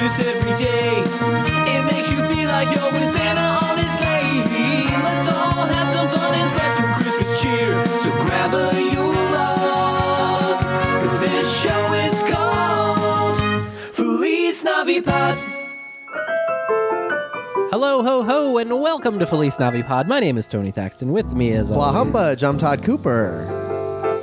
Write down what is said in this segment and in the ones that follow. this every day. It makes you feel like you're with Santa on his sleigh. Let's all have some fun and spread some Christmas cheer. So grab a Yule log, 'cause this show is called Feliz Navipod. Hello, ho, ho, and welcome to Felice Navipod. My name is Tony Thaxton. With me as Blah always- humbug. I'm Todd Cooper.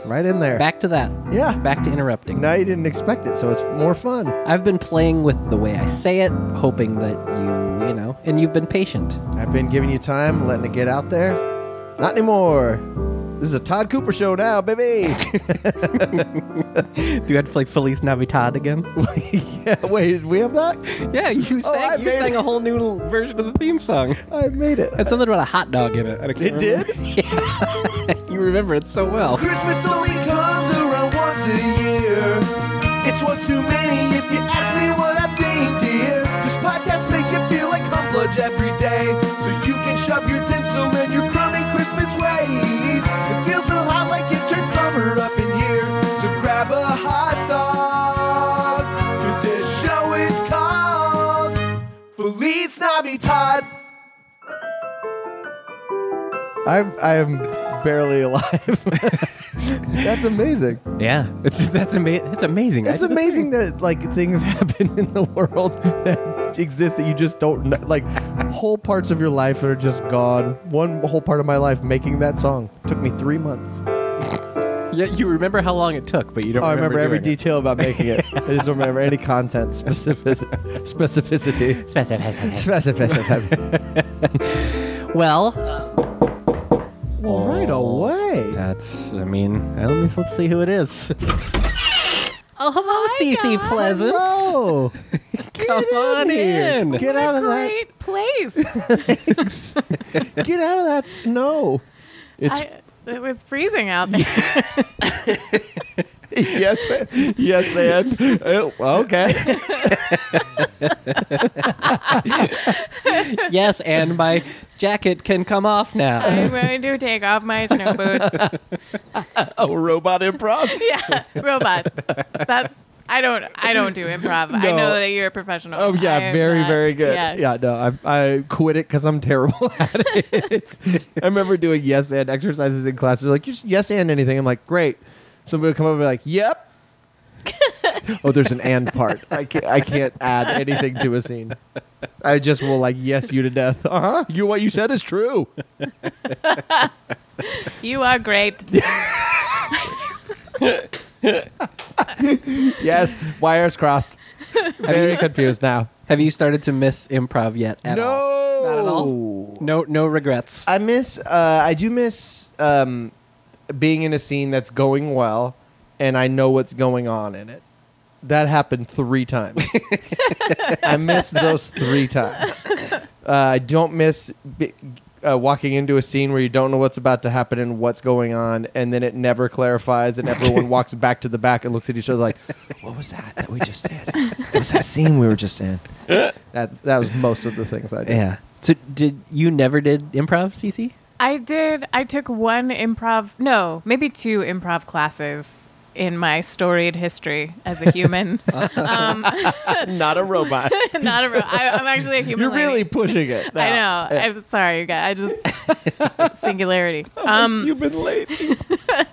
Right in there. Back to that. Yeah. Back to interrupting. Now you didn't expect it, so it's more fun. I've been playing with the way I say it, hoping that you, you know, and you've been patient. I've been giving you time, letting it get out there. Not anymore. This is a Todd Cooper show now, baby. Do you have to play Felice Navitad again? yeah, wait, did we have that? yeah, you sang, Oh, I you made sang it. a whole new l- version of the theme song. I made it. It's something about a hot dog in it. and I can't It did? remember. Yeah. you remember it so well. Christmas only comes around once a year. It's one too many if you ask me what I think, dear. This podcast makes it feel like humblage every day. So you can shove your tinsel and your crummy Christmas ways. It feels so hot like it turned summer up in here. So grab a hot dog. Cause this show is called Feliz Navidad. I'm, I'm barely alive. That's amazing. Yeah, it's that's ama- That's amazing. It's I didn't amazing that like things happen in the world that exist that you just don't know. Like whole parts of your life are just gone. One whole part of my life making that song took me three months. Yeah, you remember how long it took, but you don't. Oh, I remember, remember every doing detail about making it. I just don't remember any content specific- specificity. it. Specific. Specificity. Well, uh, well, right away. that's. I mean, at least let's see who it is. Oh, hello, Cece Pleasance. Oh, Come on in. get out of that. Great place. Get out of that snow. It's I, it was freezing out there. yes, yes, and oh, okay. yes, and my jacket can come off now. I'm going to take off my snow boots. Oh, robot improv. yeah, robot. That's I don't I don't do improv. I No. know that you're a professional. Oh I yeah, am very not- very good. Yeah. Yeah, no, I, I quit it because I'm terrible at it. I remember doing yes and exercises in class. They're like, just yes and anything. I'm like, great. Somebody would come up and be like, yep. oh, there's an and part. I can't, I can't add anything to a scene. I just will like yes you to death. Uh huh. You what you said is true. You are great. Yes. Wires crossed. Very confused now. Have you started to miss improv yet? At no. all? Not at all. No, no regrets. I miss. Uh, I do miss um, being in a scene that's going well, and I know what's going on in it. That happened three times. I miss those three times. Uh, I don't miss b- uh, walking into a scene where you don't know what's about to happen and what's going on, and then it never clarifies, and everyone walks back to the back and looks at each other like, "What was that that we just did? What was that scene we were just in?" That that was most of the things I did. yeah. So did you never did improv, Cece? I did. I took one improv, no, maybe two improv classes in my storied history as a human. um, Not a robot. not a real. I, I'm actually a human. You're lady. really pushing it. I now. know. I'm sorry, you guys. I just singularity. Um, You've been late. uh,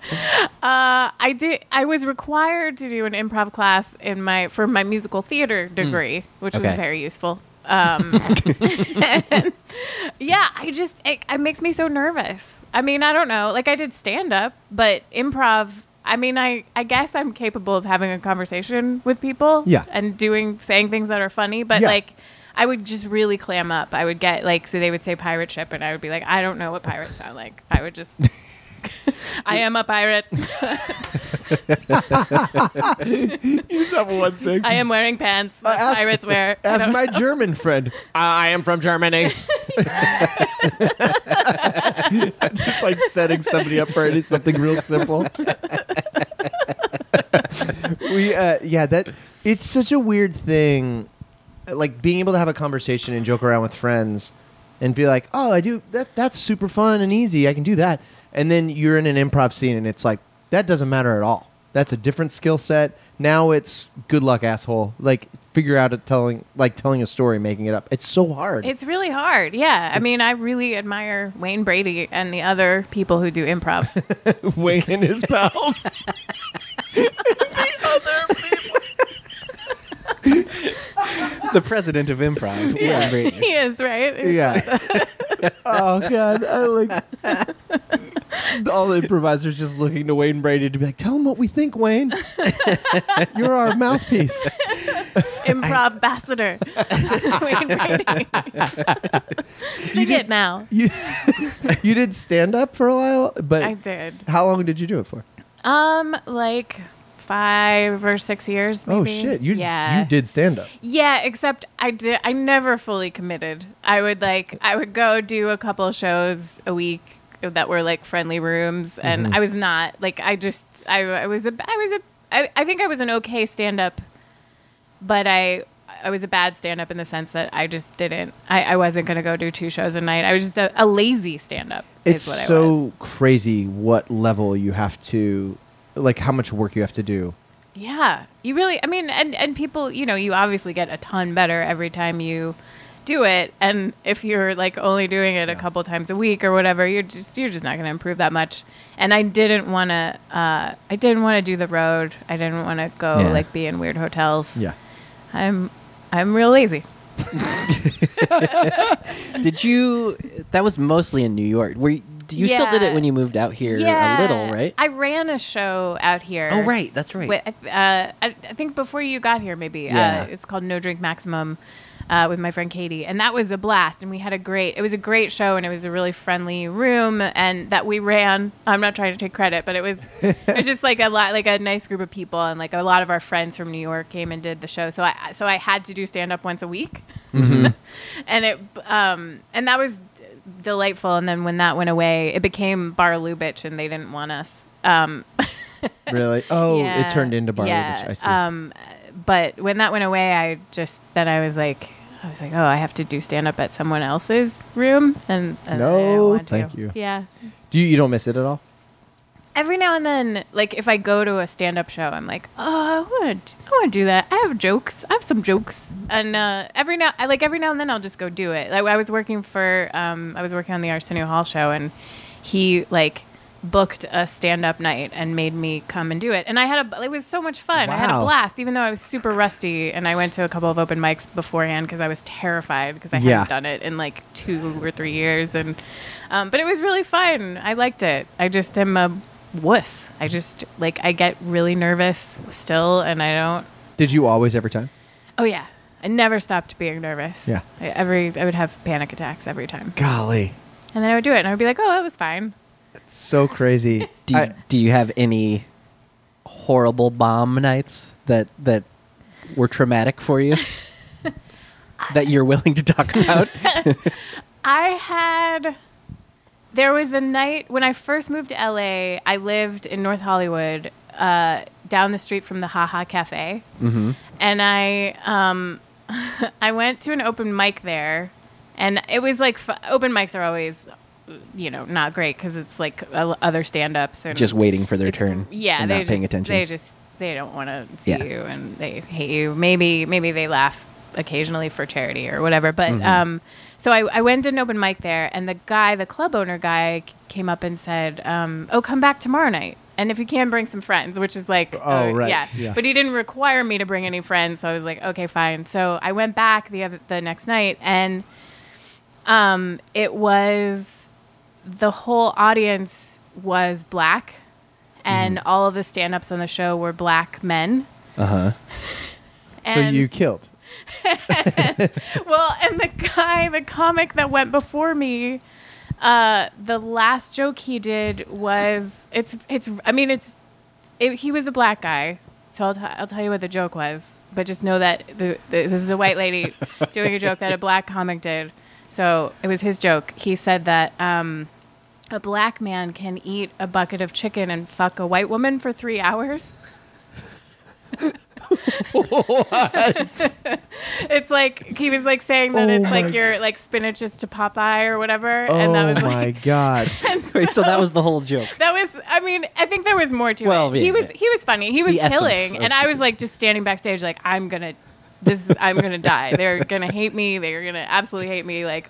I did. I was required to do an improv class in my for my musical theater Hmm. degree, which Okay. was very useful. Um, yeah, I just it, it makes me so nervous. I mean, I don't know. Like I did stand up, but improv. I mean, I I guess I'm capable of having a conversation with people. Yeah. and doing saying things that are funny, but Yeah. like. I would just really clam up. I would get like, so they would say pirate ship, and I would be like, I don't know what pirates sound like. I would just, I am a pirate. He's number one thing. I am wearing pants. Uh, that ask- pirates wear. I Ask don't- my German friend. I am from Germany. Just like setting somebody up for any- something real simple. we uh, yeah, that it's such a weird thing, like being able to have a conversation and joke around with friends, and be like, oh, I do that. That's super fun and easy. I can do that. And then you're in an improv scene, and it's like that doesn't matter at all. That's a different skill set. Now it's good luck, asshole. Like figure out a telling like telling a story, making it up. It's so hard. It's really hard. Yeah. I mean, I really admire Wayne Brady and the other people who do improv. Wayne and his pals. the president of improv. Wayne Brady. he is, right? yeah. oh god, I like all the improvisers just looking to Wayne Brady to be like, "Tell him what we think, Wayne. You're our mouthpiece." Improv ambassador. Wayne Brady. Sing it did- now. You you did stand up for a while, but I did. how long did you do it for? Um, like five or six years. Maybe. Oh shit, you yeah you did stand up. yeah. Except I did. I never fully committed. I would like I would go do a couple shows a week that were like friendly rooms, and Mm-hmm. I was not like I just I I was a I was a I, I think I was an okay stand up, but I. I was a bad stand up in the sense that I just didn't. I, I wasn't going to go do two shows a night. I was just a, a lazy stand up. It's is what I was. so crazy what level you have to like how much work you have to do. Yeah, you really. I mean, and and people, you know, you obviously get a ton better every time you do it. And if you're like only doing it a couple times a week or whatever, you're just you're just not going to improve that much. And I didn't want to. Uh, I didn't want to do the road. I didn't want to go Yeah. like be in weird hotels. I'm I'm real lazy. Did you? That was mostly in New York. Were you, you still did Yeah. it when you moved out here a little, right? I ran a show out here. oh, right. That's right. Wait, I- uh, I, I think before you got here, maybe Yeah. uh, it's called No Drink Maximum uh, with my friend Katie, and that was a blast. And we had a great. It was a great show, and it was a really friendly room, and that we ran. I'm not trying to take credit, but it was it was just like a lot, like a nice group of people, and like a lot of our friends from New York came and did the show. So I so I had to do stand up once a week, and it um and that was d- delightful. And then when that went away, it became Bar Lubitsch, and they didn't want us. Um, Really? Oh, yeah, it turned into Bar yeah, Lubitsch. I see. Um, but when that went away, I just then I was like, I was like, oh, I have to do stand up at someone else's room, and, and I didn't No, want to. thank you. Yeah, do you, you don't miss it at all? every now and then, like if I go to a stand up show, I'm like, oh, I want to, I want to do that. I have jokes. I have some jokes, and uh, every now, I, like every now and then, I'll just go do it. Like I was working for, um, I was working on the Arsenio Hall show, and he like booked a stand up night and made me come and do it, and I had a, it was so much fun. I had a Wow. blast, even though I was super rusty, and I went to a couple of open mics beforehand because I was terrified because I Yeah. hadn't done it in like two or three years, and um, but it was really fun. I liked it. I just am a wuss. I just like I get really nervous still, and I don't. Did you always every time? Oh yeah, I never stopped being nervous. Yeah. I, every I would have panic attacks every time, Golly, and then I would do it, and I would be like, oh, that was fine. it's so crazy. do, you, I- do you have any horrible bomb nights that that were traumatic for you? that you're willing to talk about? I had. There was a night when I first moved to LA. I lived in North Hollywood, uh, down the street from the Ha Ha Cafe, Mm-hmm. and I um, I went to an open mic there, and it was like f- open mics are always, you know, not great because it's like o- other stand ups and just waiting for their it's- turn. Yeah, and they not just, paying attention. They just they don't want to see Yeah. you and they hate you. Maybe maybe they laugh occasionally for charity or whatever. But Mm-hmm. um, so I, I went to an open mic there, and the guy, the club owner guy, c- came up and said, um, "Oh, come back tomorrow night." And if you can bring some friends, which is like, Oh, uh, right. yeah. Yeah. But he didn't require me to bring any friends, so I was like, okay, fine. So I went back the other, the next night, and um, it was the whole audience was black and Mm-hmm. all of the stand-ups on the show were black men uh huh. so and you killed. well and the guy the comic that went before me uh, the last joke he did was it's it's i mean it's it, he was a black guy so I'll, t- I'll tell you what the joke was but just know that the, the, this is a white lady doing a joke that a black comic did so it was his joke he said that um, a black man can eat a bucket of chicken and fuck a white woman for three hours it's like he was like saying that Oh it's like my- you're like spinach is to Popeye or whatever, and that Oh was my like god. Wait, so that was the whole joke. that was. I mean, I think there was more to Well, it. yeah, he was yeah. he was funny. He was The essence killing, of and I the was like just standing backstage, like I'm gonna this is I'm gonna die. They're gonna hate me. They're gonna absolutely hate me. Like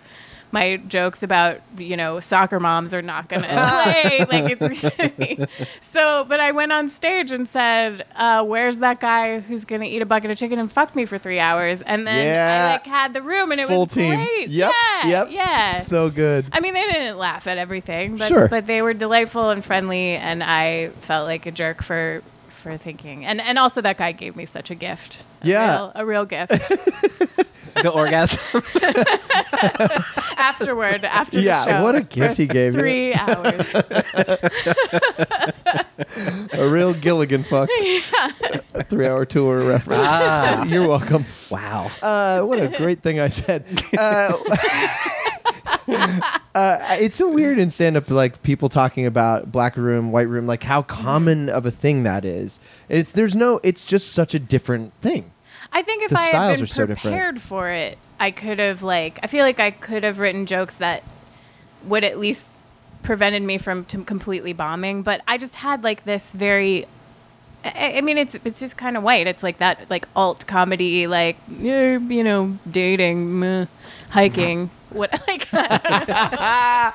my jokes about you know soccer moms are not gonna play. Like it's so. But I went on stage and said, uh, "Where's that guy who's gonna eat a bucket of chicken and fuck me for three hours?" And then Yeah. I like had the room and it Full was team. great. Yep. Yeah. Yep. Yeah. So good. I mean, they didn't laugh at everything, but Sure. but they were delightful and friendly, and I felt like a jerk for for thinking. And and also that guy gave me such a gift. A Yeah. real, a real gift. the orgasm. Afterward, after Yeah, the show, what a for gift he gave you. Three hours. A real Gilligan fuck. A three hour tour reference. Ah. You're welcome. wow. Uh, what a great thing I said. Uh, uh, it's so weird in stand up, like people talking about black room, white room, like how common of a thing that is. It's there's no. It's just such a different thing. I think if The I had styles been are so different. prepared for it, I could have like I feel like I could have written jokes that would at least prevented me from t- completely bombing. But I just had like this very. I I mean, it's it's just kind of white. It's like that, like alt comedy, like eh, you know, dating, meh, hiking, what, like I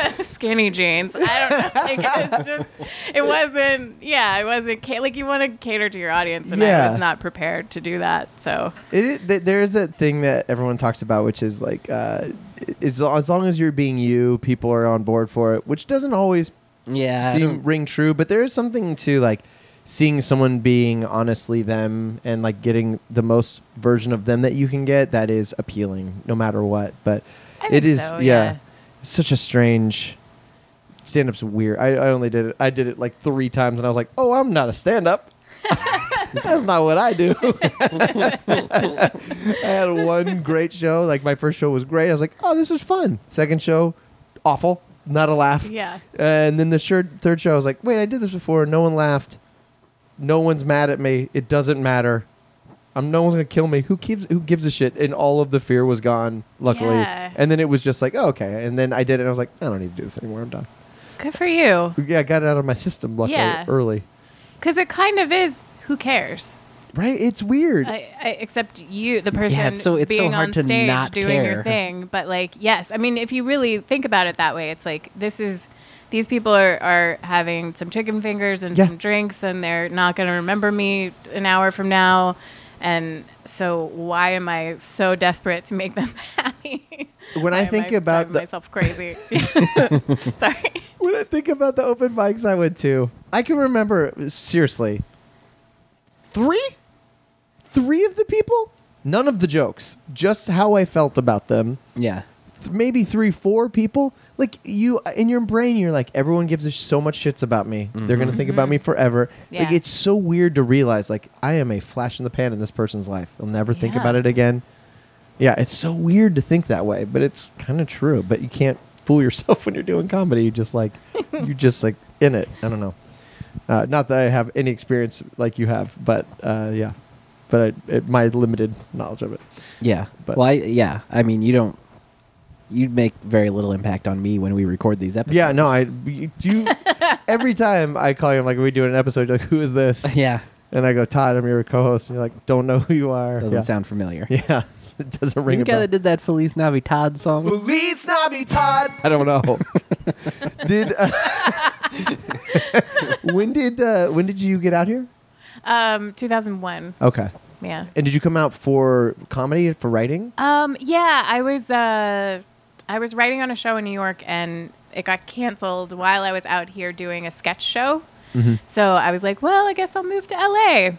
don't know. skinny jeans. I don't know. Like, it's just, it wasn't. Yeah, it wasn't. Ca- like you want to cater to your audience, and I Yeah. was not prepared to do that. So It is, th- there is that thing that everyone talks about, which is like, uh, as, as long as you're being you, people are on board for it, which doesn't always Yeah. I seem don't- ring true, but there is something to like seeing someone being honestly them and like getting the most version of them that you can get that is appealing no matter what. But I it think is so, yeah, yeah. It's such a strange stand up's weird. I, I only did it I did it like three times and I was like, Oh, I'm not a stand up. That's not what I do. I had one great show. Like my first show was great. I was like, "Oh, this is fun." Second show, awful. Not a laugh. yeah, And then the shirt, third show, I was like, wait, I did this before. No one laughed. No one's mad at me. It doesn't matter. I'm no one's gonna kill me. Who gives who gives a shit? And all of the fear was gone, luckily. Yeah. And then it was just like, oh, okay. And then I did it and I was like, I don't need to do this anymore. I'm done. good for you. Yeah, I got it out of my system luckily Yeah. early. Because it kind of is. Who cares? Right? It's weird. I, I, except you, the person it's so- it's so being hard on to stage not doing care. your thing. But like, yes, I mean, if you really think about it that way, it's like this is these people are, are having some chicken fingers and Yeah. some drinks, and they're not going to remember me an hour from now. And so, why am I so desperate to make them happy? when I Why am think about driving the myself crazy. Sorry. when I think about the open mics I went to, I can remember seriously three, three of the people, none of the jokes, just how I felt about them. yeah. Th- Maybe three, four people. Like you uh, in your brain, you're like, everyone gives a sh- so much shits about me. They're gonna think about me forever. Like Mm-hmm. Yeah. it's so weird to realize, like I am a flash in the pan in this person's life. I'll never think Yeah. about it again. Yeah, it's so weird to think that way, but it's kind of true. But you can't fool yourself when you're doing comedy. You just like you just like in it. I don't know. Uh, not that I have any experience like you have, but uh, yeah, but I, it, my limited knowledge of it. Yeah. But- well, I, yeah. I mean, you don't. You make very little impact on me when we record these episodes. Yeah, no, I you- do. you- every time I call you, I'm like, "Are we doing an episode?" You're like, who is this? yeah. And I go, "Todd, I'm your co-host." And you're like, "Don't know who you are." Doesn't yeah. sound familiar. Yeah, it He's doesn't ring the a guy bell. that did that Feliz Navidad song. Police snobby Todd. I don't know. did uh, when did uh, when did you get out here? Um, 2001. Okay, Yeah. and did you come out for comedy for writing? Um, yeah, I was uh, I was writing on a show in New York, and it got canceled while I was out here doing a sketch show. Mm-hmm. So I was like, well, I guess I'll move to LA,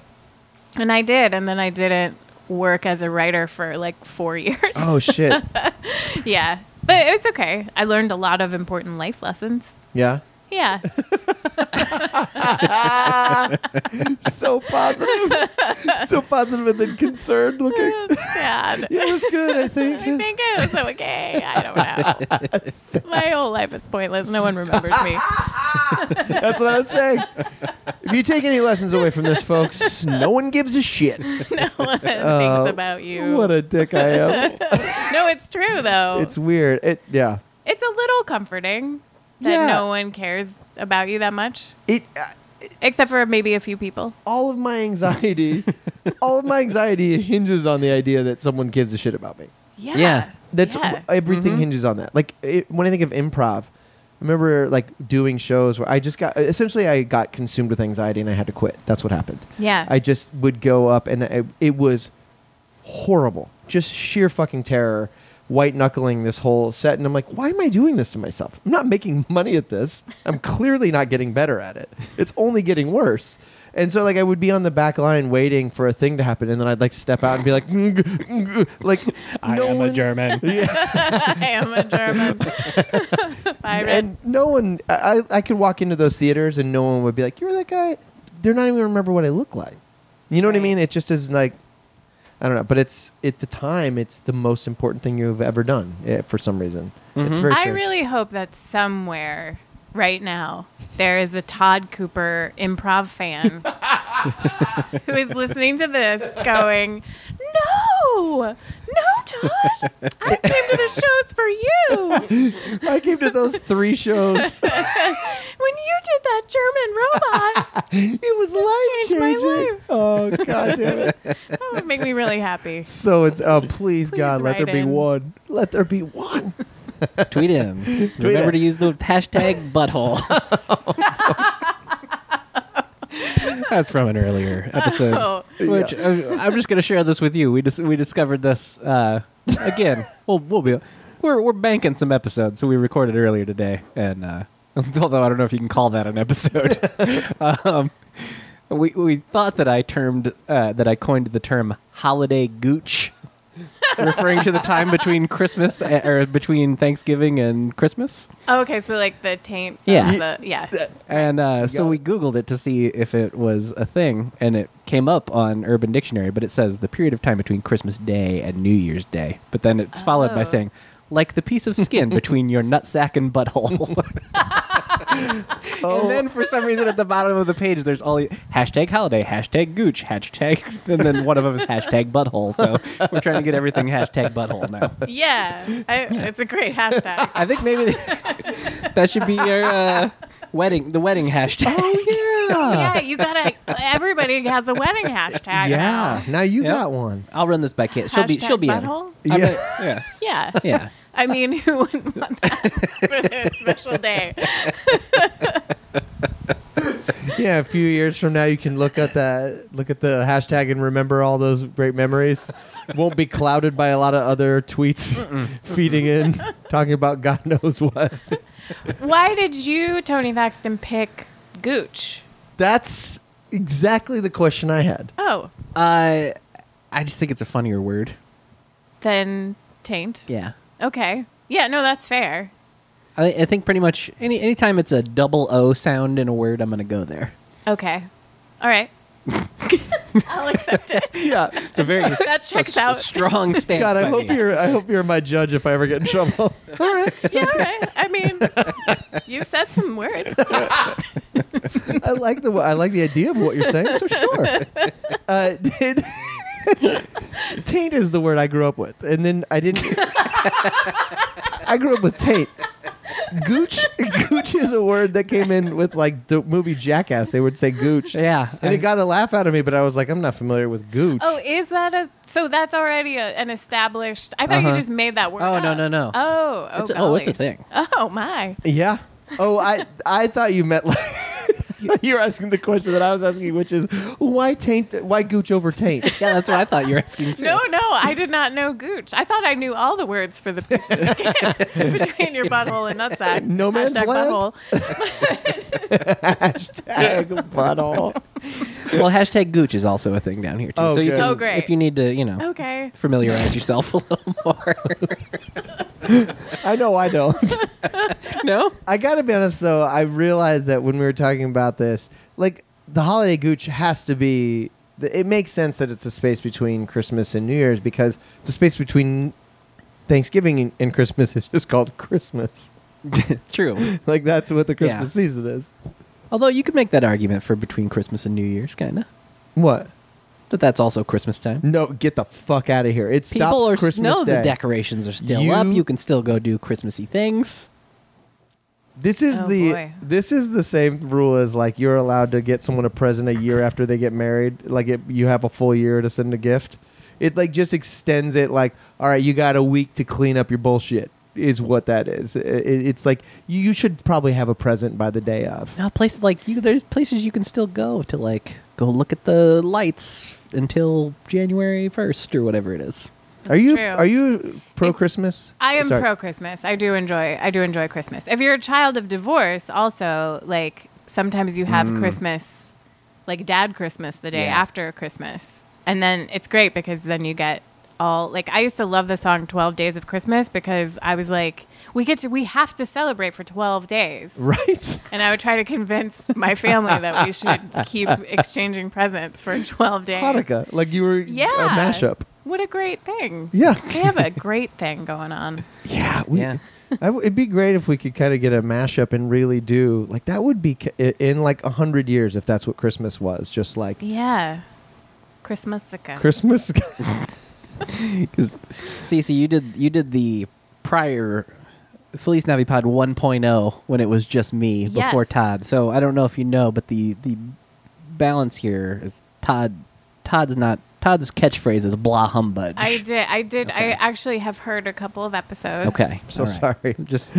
and I did, and then I didn't work as a writer for like four years. Oh shit! yeah, but it was okay. I learned a lot of important life lessons. Yeah, Yeah, so positive, so positive and then concerned looking. it's sad. Yeah, it was good. I think. I think it was okay. I don't know. My whole life is pointless. No one remembers me. That's what I was saying. If you take any lessons away from this, folks, no one gives a shit. No one Oh, thinks about you. Oh. What a dick I am. no, it's true though. It's weird. It yeah. It's a little comforting that Yeah. no one cares about you that much, It uh, except for maybe a few people. all of my anxiety all of my anxiety hinges on the idea that someone gives a shit about me. Yeah. Yeah. That's Yeah. Mm-hmm. everything hinges on that. Like it, when I think of improv, I remember like doing shows where I just got essentially I got consumed with anxiety and I had to quit. That's what happened. Yeah. I just would go up and I, it was horrible, just sheer fucking terror, white knuckling this whole set. And I'm like, why am I doing this to myself? I'm not making money at this. I'm clearly not getting better at it. It's only getting worse. And so like I would be on the back line waiting for a thing to happen, and then I'd like step out and be like, "Mm, mm, mm," like no one- German. I am a German. Byron. and no one I, I could walk into those theaters and no one would be like you're that guy they're not even gonna remember what i look like you know what i Right. mean it just is like i don't know but it's at the time it's the most important thing you've ever done eh, for some reason it's Mhm. very I strange. really hope that somewhere right now there is a Todd Cooper improv fan who is listening to this going, No, no, Todd, I came to the shows for you. I came to those three shows When you did that German robot, it was life changed my changing life. oh god damn it that would make me really happy. so it's oh please, god let write there be in. one let there be one Tweet him. Remember him. to use the hashtag butthole. That's from an earlier episode. Oh. Which uh, I'm just going to share this with you. We dis- we discovered this uh, again. we'll we'll be we're we're banking some episodes, so we recorded earlier today. And uh, although I don't know if you can call that an episode, um, we we thought that I termed uh, that I coined the term holiday gooch, referring to the time between Christmas a- or between Thanksgiving and Christmas. Okay, so like the taint. of Yeah. the- yeah. And uh, so got we it. Googled it to see if it was a thing, and it came up on Urban Dictionary, but it says the period of time between Christmas Day and New Year's Day. But then it's followed by Oh. saying, like the piece of skin between your nutsack and butthole. And then for some reason at the bottom of the page, there's all the- hashtag holiday, hashtag gooch, hashtag, and then one of them is hashtag butthole. So we're trying to get everything hashtag butthole now. Yeah. I, it's a great hashtag. I think maybe that should be your uh, wedding, the wedding hashtag. oh Ah. yeah Yeah, you gotta. Everybody has a wedding hashtag. now. yeah now you Yep. got one I'll run this by Kate. She'll be Hashtag she'll be in. butthole? I'm Yeah. a- yeah. Yeah. Yeah. I mean, who wouldn't want that for their special day? Yeah, a few years from now, you can look at that, look at the hashtag, and remember all those great memories. Won't be clouded by a lot of other tweets feeding in, talking about God knows what. Why did you, Tony Thaxton, pick Gooch? That's exactly the question I had. Oh, I I just think it's a funnier word. then taint. Yeah. Okay. Yeah, no, that's fair. I, I think pretty much any anytime it's a double O sound in a word, I'm gonna go there. Okay. All right. I'll accept it. Yeah, It's a very That checks out. strong stance. God, I by hope me. you're, I hope you're my judge if I ever get in trouble. all right, Yeah, all right. I mean, you've said some words. I like the, I like the idea of what you're saying. So sure, uh, did. Taint is the word I grew up with, and then I didn't. I grew up with taint. Gooch, gooch is a word that came in with like the movie Jackass. They would say gooch, Yeah. and I- it got a laugh out of me. But I was like, I'm not familiar with gooch. Oh, is that a? So that's already a, an established. I thought you Uh-huh. just made that word. Oh, no, up. no, no. Oh, oh, It's a- oh, it's a golly. thing. Oh my. Yeah. Oh, I I thought you meant like you're asking the question that I was asking, which is why taint? Why gooch over taint? yeah, that's what I thought you were asking too. No, no, I did not know gooch. I thought I knew all the words for the piece of skin between your butthole and nutsack. No man's Hashtag land. butthole. Tag butthole. Well, hashtag gooch is also a thing down here too. Oh, so you good. can, Oh, great. Oh. if you need to, you know, Okay. familiarize yourself a little more. I know I don't. no. I gotta be honest though, I realized that when we were talking about this, like the holiday gooch has to be. th- It makes sense that it's a space between Christmas and New Year's because the space between Thanksgiving and- and Christmas is just called Christmas. True. Like that's what the Yeah. Christmas season is. Although you could make that argument for between Christmas and New Year's, kind of. What? That that's also Christmas time. No, get the fuck out of here! It People stops are Christmas no, Day. the decorations are still You- up. You can still go do Christmassy things. This is Oh, the boy. this is the same rule as like you're allowed to get someone a present a year after they get married. Like it, you have a full year to send a gift. It like just extends it. Like all right, you got a week to clean up your bullshit. Is what that is. I- i- it's like you, you should probably have a present by the day of. Now, places like you, there's places you can still go to like go look at the lights until January first or whatever it is. are you true. are you pro Christmas? I am Sorry. pro Christmas. I do enjoy I do enjoy Christmas. If you're a child of divorce, also like sometimes you Mm. have Christmas like dad Christmas the day Yeah. after Christmas. And then it's great because then you get all like I used to love the song 12 Days of Christmas because I was like we get to we have to celebrate for 12 days. Right. And I would try to convince my family that we should keep exchanging presents for 12 days. Hanukkah. Like you were Yeah. a mashup. What a great thing. Yeah. They have a great thing going on. Yeah. We, I w- it'd be great if we could kind of get a mashup and really do like that would be ca- i- in like a hundred years if that's what Christmas was just like Yeah. Christmasica. Christmas. Because Cece, you did you did the prior Felice Navipod 1.0 when it was just me Yes. before Todd. So I don't know if you know, but the the balance here is Todd. Todd's not Todd's catchphrase is blah humbug. I did. I did. I Okay. actually have heard a couple of episodes. Okay, So all right. sorry. Just,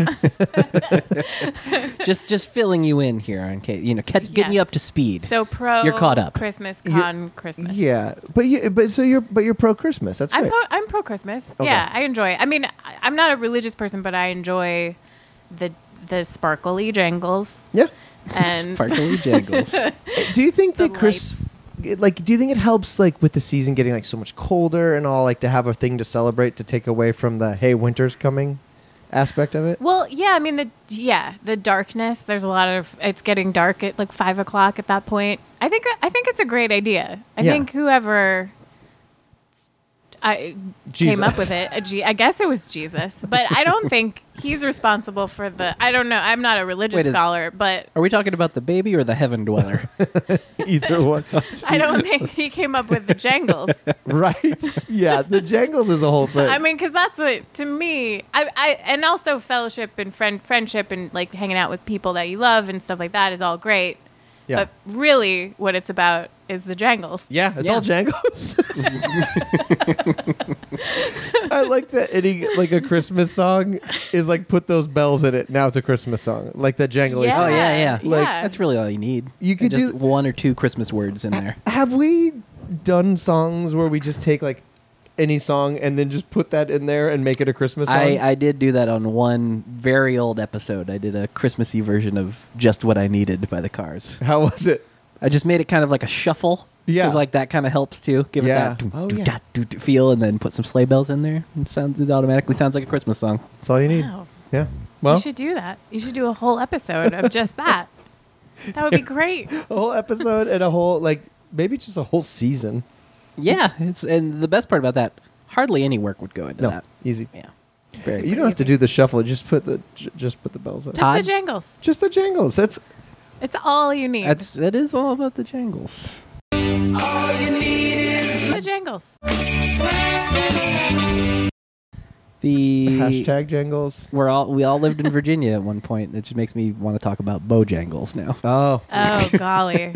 just, just filling you in here on case you know. Catch, Get Yeah. me up to speed. So pro. You're caught up. Christmas You're- con Christmas. yeah, but you but so you're but you're pro Christmas. That's I'm great. pro, I'm pro Christmas. Okay. Yeah, I enjoy. I mean, I- I'm not a religious person, but I enjoy the the sparkly jangles yeah. and sparkly jangles. Do you think The that Chris like do you think it helps like with the season getting like so much colder and all like to have a thing to celebrate to take away from the hey winter's coming aspect of it? Well, yeah, I mean the yeah the darkness. There's a lot of it's getting dark at like five o'clock at that point. I think I think it's a great idea. I Yeah. think whoever I Jesus. came up with it, a G, I guess it was Jesus, but I don't think he's responsible for the. I don't know. I'm not a religious Wait, is- scholar, but Are we talking about the baby or the heaven dweller? Either one. I don't think he came up with the jangles. right. Yeah, the jangles is a whole thing. I mean, because that's what to me. I, I and also fellowship and friend friendship and like hanging out with people that you love and stuff like that is all great. yeah. But really, what it's about is the jangles. Yeah, it's Yeah. all jangles. I like that any like a Christmas song is like put those bells in it. Now it's a Christmas song. Like that jangly Oh song. yeah, yeah. Like- That's really all you need. You could And just do- one or two Christmas words in there. Have we done songs where we just take like any song and then just put that in there and make it a Christmas song? I, I did do that on one very old episode. I did a Christmassy version of "Just What I Needed" by the Cars. How was it? I just made it kind of like a shuffle. Yeah. 'cause, like that kind of helps too. Give Yeah. it that doo, Oh, doo, yeah. da, doo, doo feel, and then put some sleigh bells in there. It sounds it automatically sounds like a Christmas song. That's all you need. Wow. Yeah. Well, Oh, you should do that. You should do a whole episode of just that. That would be great. a whole episode and a whole like maybe just a whole season. Yeah, it's and the best part about that, hardly any work would go into No, that. easy. Yeah, Super You don't have to easy. do the shuffle. Just put the j- just put the bells in. Just Todd? the jangles. Just the jangles. That's It's all you need. that's that is all about the jangles. the jangles. The hashtag jangles. We're all we all lived in Virginia at one point. It just makes me want to talk about Bojangles now. Oh, Oh golly,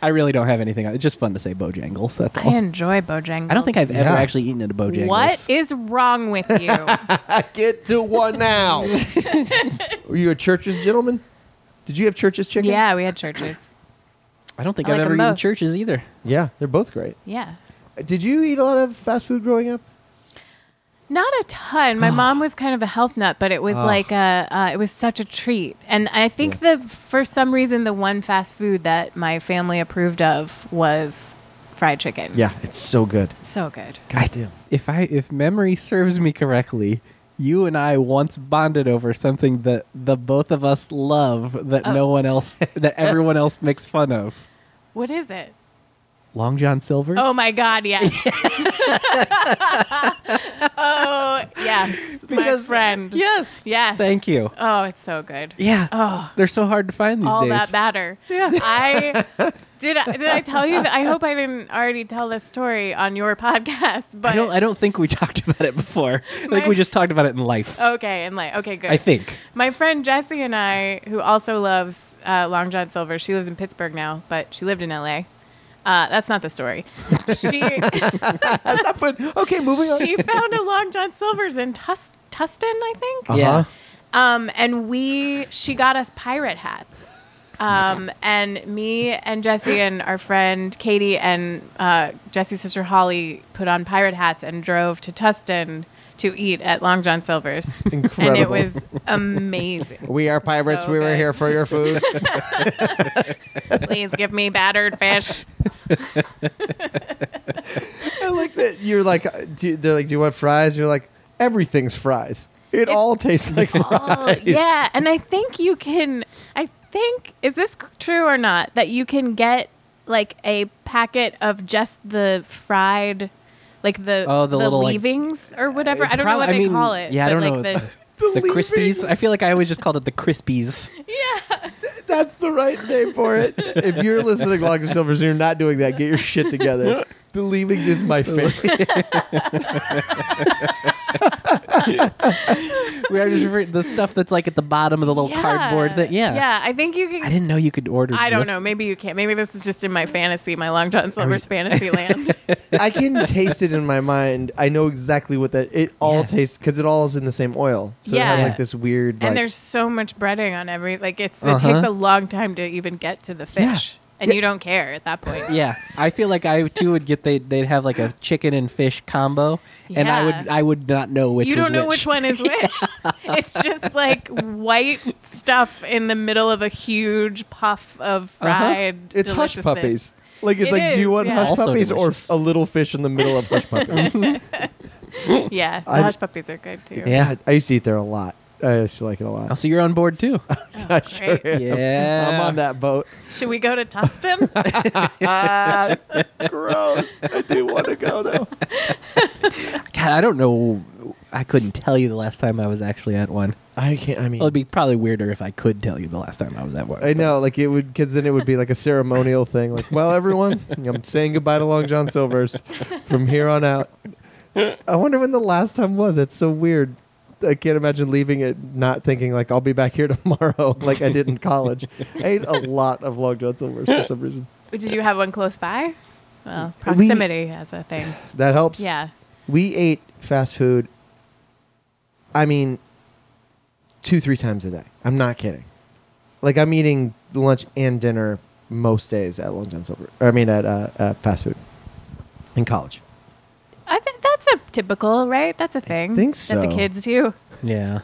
I really don't have anything. It's just fun to say Bojangles. That's all. I enjoy Bojangles. I don't think I've ever Yeah. actually eaten at a Bojangles. What is wrong with you? Get to one now. Were you a church's gentleman? Did you have church's chicken? yeah, we had churches. I don't think I I've like ever 'em eaten both. churches either. Yeah, they're both great. Yeah. Did you eat a lot of fast food growing up? Not a Oh. ton. My mom was kind of a health nut, but it was Ugh. like a, uh, it was such a treat. And I think the for some reason the one fast food that my family approved of was fried chicken. it's so good. so good. God damn. If I if memory serves me correctly, you and I once bonded over something that the both of us love that no Oh. one else that everyone else makes fun of. What is it? Long John Silver's. Oh my God! Yes. oh yes, my friend. Yes. Yes. Thank you. Oh, it's so good. Yeah. Oh. They're so hard to find these all days. that batter. I Did I, did I tell you that? I hope I didn't already tell this story on your podcast. But I don't. I don't think we talked about it before. I think My- we just talked about it in life. okay, and like okay, good. I think. My friend Jesse and I, who also loves uh, Long John Silver, she lives in Pittsburgh now, but she lived in LA. Uh, that's not the story. She That foot- okay, moving on. she found a Long John Silver's in Tus- Tustin, I think. Uh-huh. Yeah. Um, and we she got us pirate hats. Um, and me and Jesse and our friend Katie and uh, Jesse's sister Holly put on pirate hats and drove to Tustin to eat at Long John Silver's. Incredible. And it was amazing. we are pirates. so we were good. here for your food. Please give me battered fish. I like that you're like, uh, do, you- they're like, do you want fries? You're like, everything's fries. It all tastes like fries. Oh, yeah. And I think you can, I think, is this c- true or not? That you can get like a packet of just the fried, like the, Oh, the little, like- leavings or whatever. I don't know prob- what I they mean, call it. yeah, I but, don't like, know. The, The crispies. I feel like I always just called it the crispies. yeah. That's the right name for it. If you're listening to Lock and Silvers and you're not doing that, get your shit together. The leavings is my favorite. We are just referring the stuff that's like at the bottom of the little yeah. cardboard. That yeah. Yeah. I think you I can. didn't know you could order. I, don't just- know. Maybe you can't. Maybe this is just in my fantasy, my Long John Silver's fantasy land. I can taste it in my mind. I know exactly what that. It all Yeah. tastes because it all is in the same oil, so it Yeah. has like this weird. And like- there's so much breading on every like it's Uh-huh. it takes a long time to even get to the Yeah. fish. And you don't care at that point. Yeah, I feel like I too would get they they'd have like a chicken and fish combo, and I would Yeah. I would not know which. you was don't know which which. one is which. It's just like white stuff in the middle of a huge puff of fried. Uh-huh. it's hush deliciousness. puppies. Like it's It like, do you is, want yeah. hush Also puppies delicious. or a little fish in the middle of hush puppies? Yeah, the I- hush puppies are good too. Yeah. I, I used to eat there a lot. I used to like it a lot. Oh, so you're on board too. I sure am. Great. Yeah. I'm on that boat. Should we go to Tustin? Uh, Ah, gross. I do want to go though. God, I don't know. I couldn't tell you the last time I was actually at one. I can't. I mean, Well, it'd be probably weirder if I could tell you the last time I was at one. I know, like it would, because then it would be like a ceremonial thing. Like, well, everyone, I'm saying goodbye to Long John Silver's from here on out. I wonder when the last time was. That's so weird. I can't imagine leaving it, not thinking like I'll be back here tomorrow, like I did in college. I ate a lot of Long John Silver's for some reason. Did you have one close by? Well, We- proximity has a thing. That helps. Yeah. we ate fast food. I mean, two three times a day. I'm not kidding. Like I'm eating lunch and dinner most days at Long John Silver. I mean at uh, uh, fast food in college. I think that's a typical, right? That's a thing. think That so. the kids do. Yeah.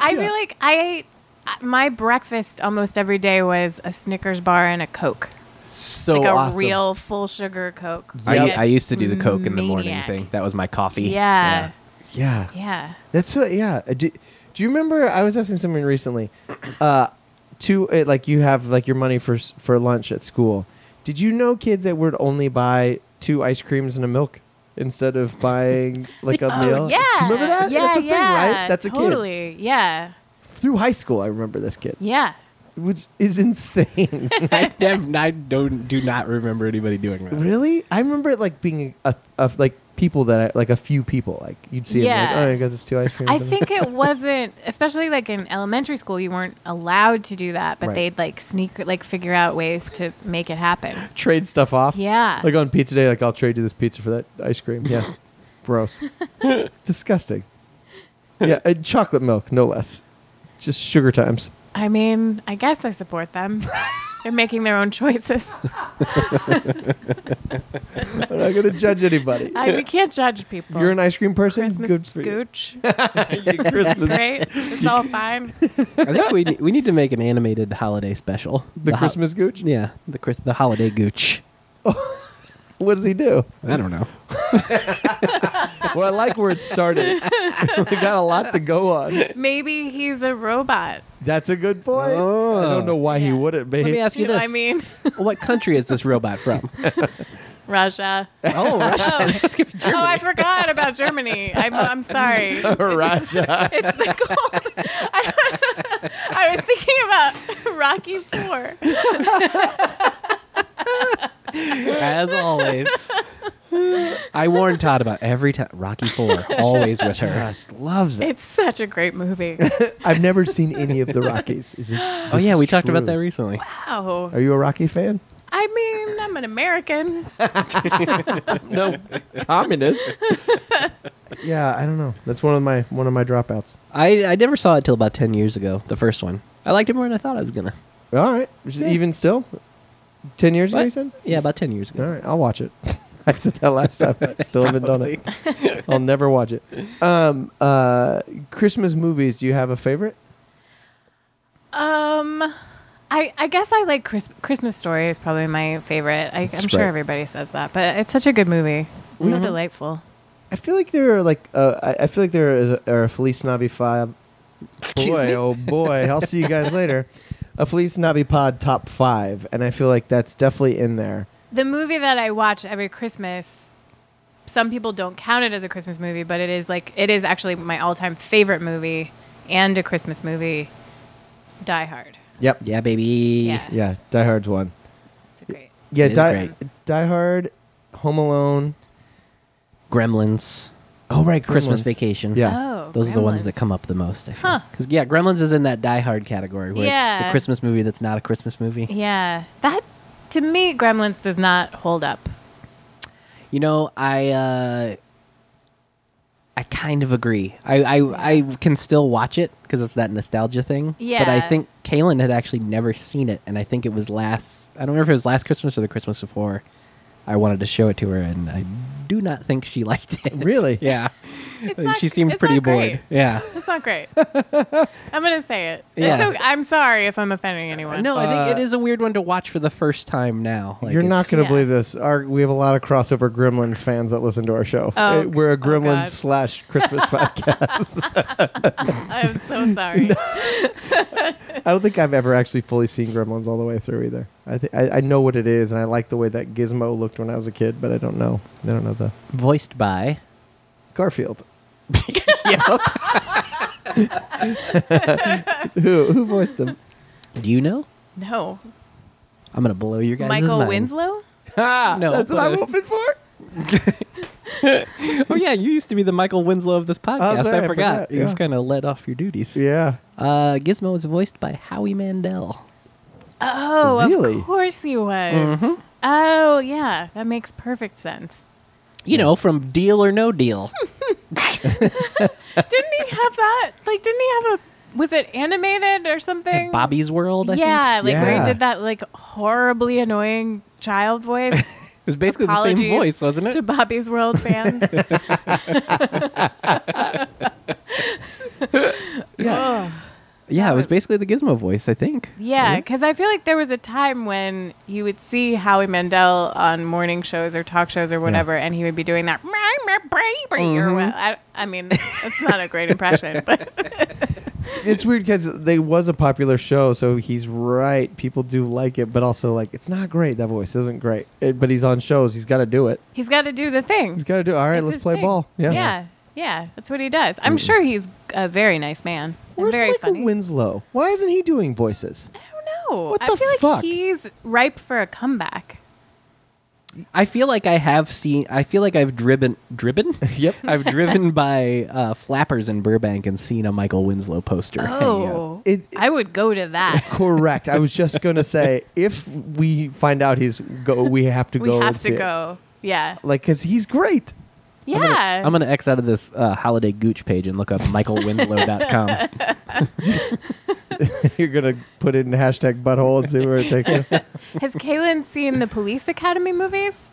I feel like I ate uh, my breakfast almost every day was a Snickers bar and a Coke. So like a awesome. real full sugar Coke. I, Yep. I used to do the Coke in the morning Maniac. thing. That was my coffee. Yeah. yeah. Yeah. That's what, yeah. Uh, Do, do you remember? I was asking someone recently. Uh, to uh, like you have like your money for s- for lunch at school. Did you know kids that would only buy two ice creams and a milk instead of buying like a meal? Oh, yeah. Do you remember that? Yeah, That's a thing, yeah, right? That's a kid. totally. Yeah. Through high school, I remember this kid, Yeah. which is insane. I, nev- I don't do not remember anybody doing that. really? I remember it like being a, a like people that I, like a few people like you'd see. 'em, Yeah. like, oh, I guess it's two ice creams. I and a-" think it wasn't, especially like in elementary school, you weren't allowed to do that, but Right. they'd like sneak, like figure out ways to make it happen. trade stuff off. Yeah. Like on pizza day, like I'll trade you this pizza for that ice cream. Yeah. Gross. Disgusting. Yeah, and chocolate milk, no less. Just sugar times. I mean, I guess I support them. They're making their own choices. I'm not gonna judge anybody. I, we can't judge people. You're an ice cream person. Uh, Christmas Good for you. gooch. Your Christmas. Great. It's all fine. I think we ne- we need to make an animated holiday special. The ho- Christmas gooch. yeah, the Chris- the holiday gooch. What does he do? I don't know. Well, I like where it started. we got a lot to go on. Maybe he's a robot. That's a good point. Oh. I don't know why he Yeah. wouldn't be. Let me ask you this: I mean, what country is this robot from? Russia. oh, Russia. Oh, Oh, I forgot about Germany. I'm, I'm sorry. Raja. It's the cold. I, I was thinking about Rocky Four. As always. I warned Todd about every time Rocky Four, always with her. Just loves it. It's such a great movie. I've never seen any of the Rockies. Is this, Oh this yeah, is we talked about true. that recently. Wow. Are you a Rocky fan? I mean, I'm an American. no, communist. yeah, I don't know. That's one of my one of my dropouts. I, I never saw it till about ten years ago, the first one. I liked it more than I thought I was gonna. All right, even still, ten years ago, you What? said. Yeah, about ten years ago. All right, I'll watch it. I said that last time. I still haven't done it. I'll never watch it. Um, uh, Christmas movies. Do you have a favorite? Um, I I guess I like Chris, Christmas Story is probably my favorite. I, I'm sure right. everybody says that, but it's such a good movie. So delightful. I feel like there are like uh, I, I feel like there is a, are a Felice Navi five. Boy, oh boy! I'll see you guys later. A Felice Navi pod top five, and I feel like that's definitely in there. The movie that I watch every Christmas. Some people don't count it as a Christmas movie, but it is like it is actually my all-time favorite movie and a Christmas movie. Die Hard. Yep. Yeah, baby. Yeah. Yeah, Die Hard's one. It's a great. Yeah, It is Die, Die Hard, Home Alone. Gremlins. Oh right, Christmas Gremlins. Vacation. Yeah. Oh, Those are the ones that Gremlins. come up the most, I feel. Huh. 'Cause, yeah, Gremlins is in that Die Hard category where it's Yeah. the Christmas movie that's not a Christmas movie. Yeah, that to me, Gremlins does not hold up. You know, I uh, I kind of agree. I I, I can still watch it because it's that nostalgia thing. But I Yeah. think Kaylin had actually never seen it, and I think it was last. I don't remember if it was last Christmas or the Christmas before. I wanted to show it to her, and I do not think she liked it. Really? Yeah. It's not- she seemed it's pretty not great. bored. Yeah. It's not great. I'm gonna say it. It's Yeah. okay. I'm sorry if I'm offending anyone. No, I think Uh, it is a weird one to watch for the first time now. Like, You're not it's- going to Yeah. believe this. Our, we have a lot of crossover Gremlins fans that listen to our show. Oh, Uh, We're a oh, Gremlins God. slash Christmas podcast. I'm so sorry. I don't think I've ever actually fully seen Gremlins all the way through either. I, th- I I know what it is, and I like the way that Gizmo looked when I was a kid, but I don't know. I don't know the voiced by. Garfield. Yep. who who voiced him? Do you know? No, I'm gonna blow your guys' Michael mind. Winslow. Ha! No, that's what but- I'm hoping for. Oh yeah, you used to be the Michael Winslow of this podcast. sorry, I I forgot. forgot, yeah. You've kind of let off your duties. Yeah, Uh, Gizmo was voiced by Howie Mandel. Oh, Really? Mm-hmm. of course he was. Oh yeah, that makes perfect sense. You know, from Deal or No Deal. Hmm. Didn't he have that? Like, didn't he have a? Was it animated or something? Bobby's World. I Yeah, think. like where Yeah. he did that like horribly annoying child voice. it was basically the Apologies same voice, wasn't to it? Bobby's World fans. yeah. Yeah, it was basically the Gizmo voice. I think. Yeah, because I feel like there was a time when you would see Howie Mandel on morning shows or talk shows or whatever, and he would be doing that. Mm-hmm. Or, what- I, I mean, it's not a great impression, but it's weird because they was a popular show, so he's right. People do like it, but also like it's not great. That voice isn't great, It- but he's on shows. He's got to do it. he's got to do the thing. He's got to do. It. All right, That's let's his play thing. ball. Yeah. Mm-hmm. yeah, yeah, that's what he does. I'm sure he's a very nice man. and Where's very Michael funny. Winslow? Why isn't he doing voices? I don't know. What I the feel fuck? like he's ripe for a comeback. I feel like I have seen. I feel like I've driven, driven. Yep. I've driven by uh, flappers in Burbank and seen a Michael Winslow poster. hanging Oh, It- I would go to that. Correct. I was just gonna say if we find out he's go, we have to we go. have and to see it. go. Yeah, Like, cause he's great. yeah. I'm gonna- I'm gonna X out of this uh, holiday gooch page and look up michaelwinslow.com. You're gonna put it in hashtag butthole and see where it takes you. Has Kaylin seen the Police Academy movies?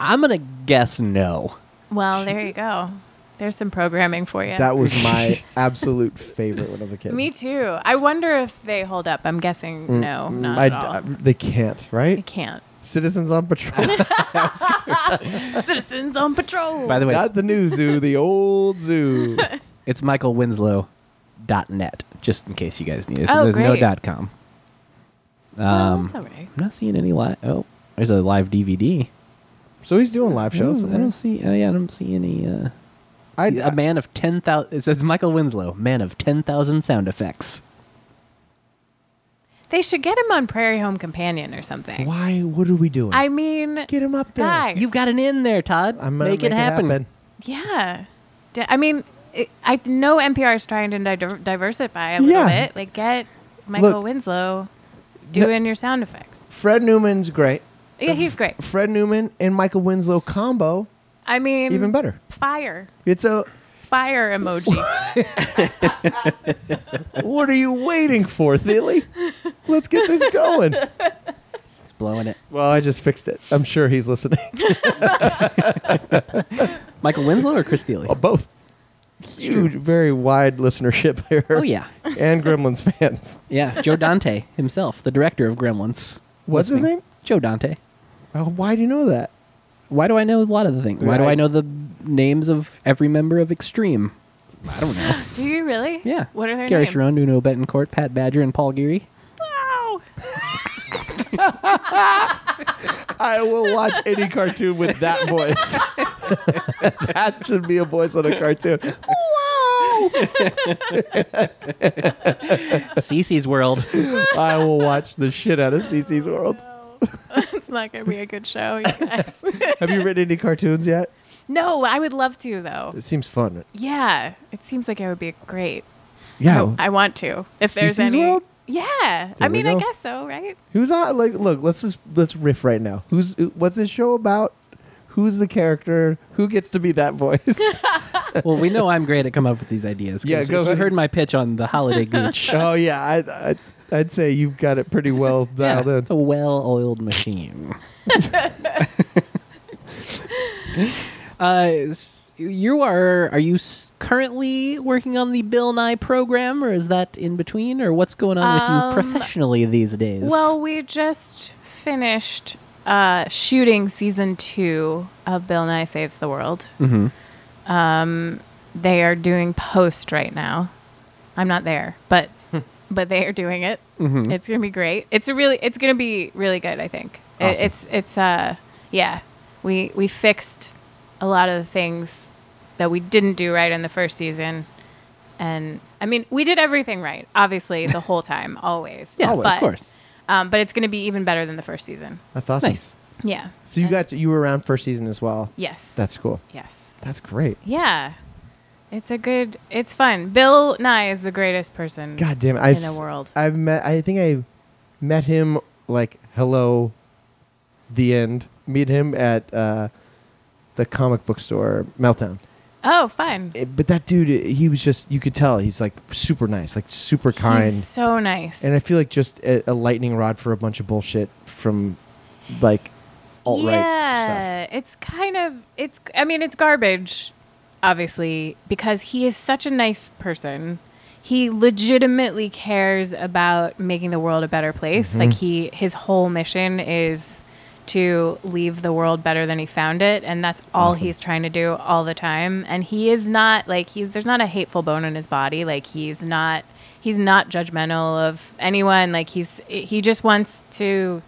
I'm gonna guess no. Well, there you go. There's some programming for you. That was my absolute favorite when I was a kid. Me too. I wonder if they hold up. I'm guessing no, not mm, I, at all. I- they can't, I right? can't. Citizens on patrol. Citizens on patrol. By the way, it's- Not the new zoo, the old zoo. It's michaelwinslow.net, just in case you guys need it. So Oh, there's no great. dot com. well, that's all right. I'm not seeing any live. Oh, there's a live DVD. So he's doing live I don't, shows. I don't see. Oh yeah, I don't see any. Uh, I, a man of ten thousand. It says Michael Winslow, man of ten thousand sound effects. They should get him on Prairie Home Companion or something. Why? What are we doing? I mean, Get him up there. guys, You've got an in there, Todd. I'm gonna make, it happen. yeah. D- I mean, it, I know NPR is trying to di- diversify a little Yeah. bit. Like, get Michael Look. Winslow doing your sound effects. Fred Newman's great. Yeah, he's great. Fred Newman and Michael Winslow combo I Mm. mean, even better. Fire, It's a fire emoji. what are you waiting for, Thiele? Let's get this going. He's blowing it. Well, I just fixed it. I'm sure he's listening. Michael Winslow or Chris Thiele? Uh, Both huge, very wide listenership here. Oh, yeah. and Gremlins fans. Yeah, Joe Dante himself, the director of Gremlins. What's his Listening. name? Joe Dante. Uh, why do you know that? Why do I know a lot of the things? Why do Right. I know the names of every member of Extreme? I don't know. Do you really? Yeah. What are their Gary names? Sharon, Nuno Betancourt, Pat Badger, and Paul Geary. Wow. I will watch any cartoon with that voice. that should be a voice on a cartoon. Cece's World. I will watch the shit out of CC's World. it's not going to be a good show, you guys. Have you written any cartoons yet? no, I would love to, though. It seems fun. Yeah. It seems like it would be great. Yeah. Oh, I want to. If there's CeCe's any. World? Yeah. I There we mean, I go. guess so, right? Who's on? Like, look, let's just let's riff right now. Who's what's this show about? Who's the character? Who gets to be that voice? well, we know I'm great at coming up with these ideas. 'cause Yeah, if go You ahead. heard my pitch on the Holiday Gooch. oh yeah, I, I I'd say you've got it pretty well Yeah, dialed it's a in. well-oiled machine. uh, s- you are are you s- currently working on the Bill Nye program, or is that in between, or what's going on Um, with you professionally these days? Well, we just finished uh, shooting season two of Bill Nye Saves the World. Um, Mm-hmm. they are doing post right now. I'm not there, but Hmm. but they are doing it. Mm-hmm. It's gonna be great. It's a really it's gonna be really good. I think It- Awesome. it's it's uh yeah we we fixed a lot of the things that we didn't do right in the first season. And I mean, we did everything right, obviously, the whole time, always. yes, But- Oh, of course. um, but it's going to be even better than the first season. That's awesome. Nice. Yeah. So you And- got to, you were around first season as well. yes. That's cool. yes. That's great. Yeah. It's a good. It's fun. Bill Nye is the greatest person. God damn it! I've, the s- world. I've met. I think I met him like hello, the end. Meet him at uh, the comic book store meltdown. Oh, fun. Eh, But that dude, eh, he was just. You could tell he's like super nice, like super kind, He's so nice. and I feel like just a, a lightning rod for a bunch of bullshit from like alt right stuff. yeah, it's kind of it's. I mean, it's garbage, obviously, because he is such a nice person. He legitimately cares about making the world a better place. Mm-hmm. Like he, his whole mission is to leave the world better than he found it, and that's all Awesome. he's trying to do all the time. And he is not like he's there's not a hateful bone in his body. Like he's not he's not judgmental of anyone. Like he's he just wants to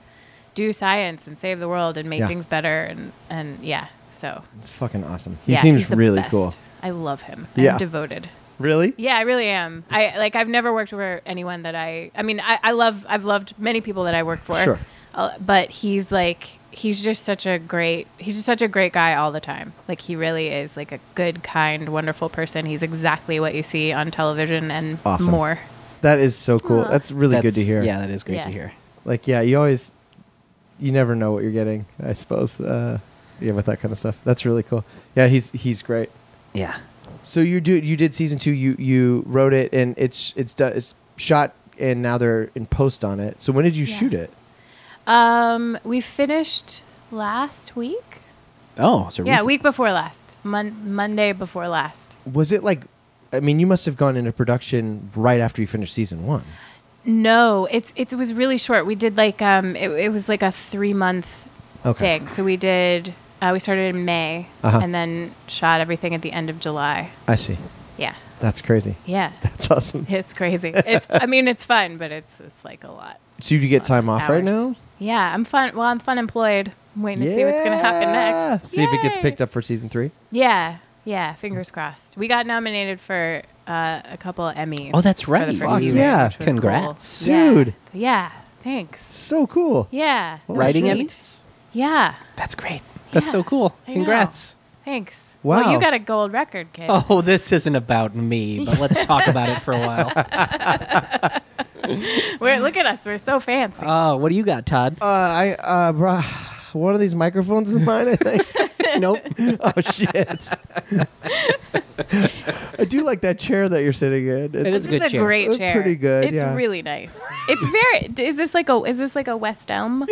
do science and save the world and make Yeah. things better and and yeah so It's fucking awesome. He yeah, he's seems the really best. cool. i love him Yeah. i'm devoted Really? yeah i really am i like i've never worked for anyone that i i mean i, I love i've loved many people that i work for Sure. Uh, but he's like he's just such a great he's just such a great guy all the time like he really is like a good kind wonderful person he's exactly what you see on television and Awesome. more That is so cool. Aw. That's really good to That's- hear. Yeah, that is great to Yeah. hear. like yeah you always you never know what you're getting i suppose uh yeah with that kind of stuff that's really cool yeah he's he's great Yeah. so you do you did season two you you wrote it and it's it's done it's shot and now they're in post on it so when did you Yeah. shoot it um we finished last week Oh, so Yeah, recent- week before last. Mon- Monday before last. was it like i mean you must have gone into production right after you finished season one No, it's it was really short. We did like um it, it was like a 3 month Okay. thing. So we did uh, we started in May Uh-huh. and then shot everything at the end of July. i see Yeah. that's crazy Yeah. that's awesome It's crazy. It's I mean it's fun, but it's it's like a lot. so you get time off right Hours. now Yeah, I'm fun. Well, I'm fun employed. I'm waiting to see what's going to happen Yeah. next. see if it gets Yay. picked up for season three Yeah, yeah. Fingers crossed. We got nominated for uh, a couple Emmys. Oh, that's for the right. first Fuck season, yeah. which was Congrats. cool. Yeah. Dude. Yeah. Thanks. So cool. Yeah. Well, Writing Sweet. Emmys? Yeah. That's great. That's Yeah, so cool. I know. Congrats. Thanks. Wow. Well, you got a gold record, kid. Oh, this isn't about me, but let's talk about it for a while. We're, look at us. We're so fancy. Oh, what do you got, Todd? Uh, I uh, bro, one of these microphones is mine. I think. Uh, nope. oh shit. I do like that chair that you're sitting in. It's, is this a good is a chair. great It's chair. pretty good, It's yeah. really nice. It's very. d- Is this like a? Is this like a West Elm?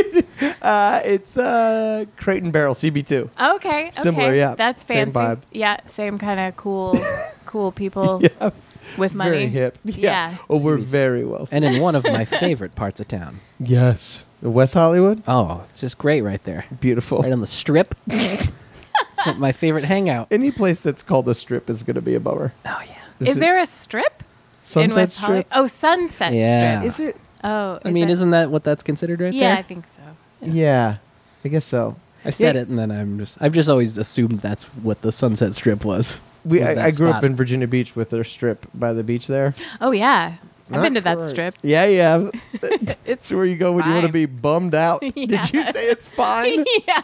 uh, it's uh, Crate and Barrel CB2. Okay. Similar, okay. yeah. That's Same fancy. vibe. Yeah, same kind of cool, cool people Yeah, with money. very hip. Yeah. Oh, we're very well. And in one of my favorite parts of town. Yes, West Hollywood, Oh, it's just great right there. beautiful. Right on the strip. it's my favorite hangout. Any place that's called a strip is going to be a bummer. Oh, yeah. Is there a strip in Sunset West Hollywood? Strip? Oh, Sunset Yeah. Strip. Is it? Oh, I mean, is is isn't that what that's considered right Yeah, there? I think so. Yeah, I guess so. I said Yeah. it, and then I'm just I've just always assumed that's what the Sunset Strip was. We, was that I, I grew up spot. in Virginia Beach with their strip by the beach there. Oh yeah, I've been Not to that great. strip. Yeah, yeah. It's It's where you go when you want to Fine. be bummed out. Did you say it's fine? yeah.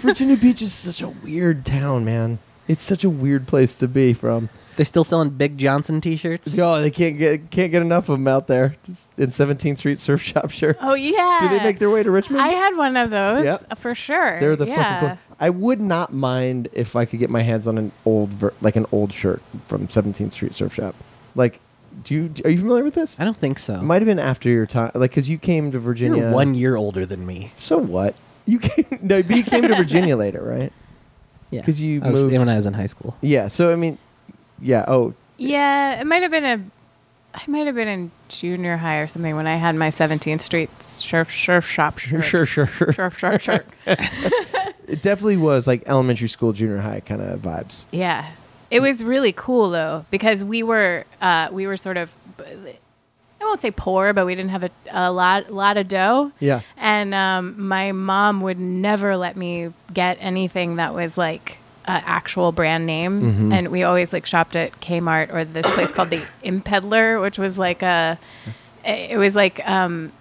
Virginia Beach is such a weird town, man. It's such a weird place to be from. They're still selling Big Johnson T-shirts. Oh, they can't get can't get enough of them out there. Just in 17th Street surf shop shirts. Oh yeah. Do they make their way to Richmond? I had one of those Yep. uh, for sure. They're the yeah. fucking. Cool. I would not mind if I could get my hands on an old ver- like an old shirt from 17th Street surf shop. Like, do you are you familiar with this? I don't think so. It might have been after your time, like because you came to You're Virginia. one year older than me. So what? You came no, but you came to Virginia later, right? Yeah, 'Cause you I was, moved- when I was in high school. Yeah. So I mean, yeah. Oh, Yeah, it might have been a. I might have been in junior high or something when I had my 17th Street surf surf shop shirt. sure, sure. Surf surf shirt. It definitely was like elementary school, junior high kind of vibes. Yeah, it was really cool though because we were uh, we were sort of I won't say poor, but we didn't have a, a lot lot of dough. Yeah. And um, my mom would never let me get anything that was like an actual brand name. And we always like shopped at Kmart or this place called the Impedler, which was like a, it was like um,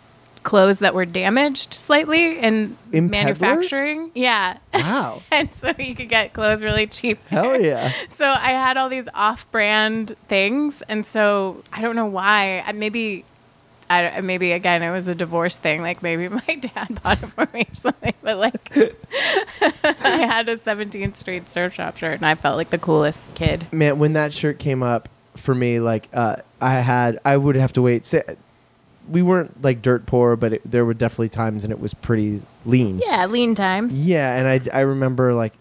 clothes that were damaged slightly in Impedler? manufacturing. Yeah. Wow. and so you could get clothes really cheap. Hell yeah. So I had all these off-brand things, and so I don't know why. I- Maybe, I don't- maybe again it was a divorce thing. Like maybe my dad bought it for me or something. But like, I had a 17th Street surf shop shirt, and I felt like the coolest kid. Man, when that shirt came up for me, like uh, I had, I would have to wait. Say, we weren't like dirt poor, but it, there were definitely times and it was pretty lean. Yeah, lean times. Yeah, and I, I remember like,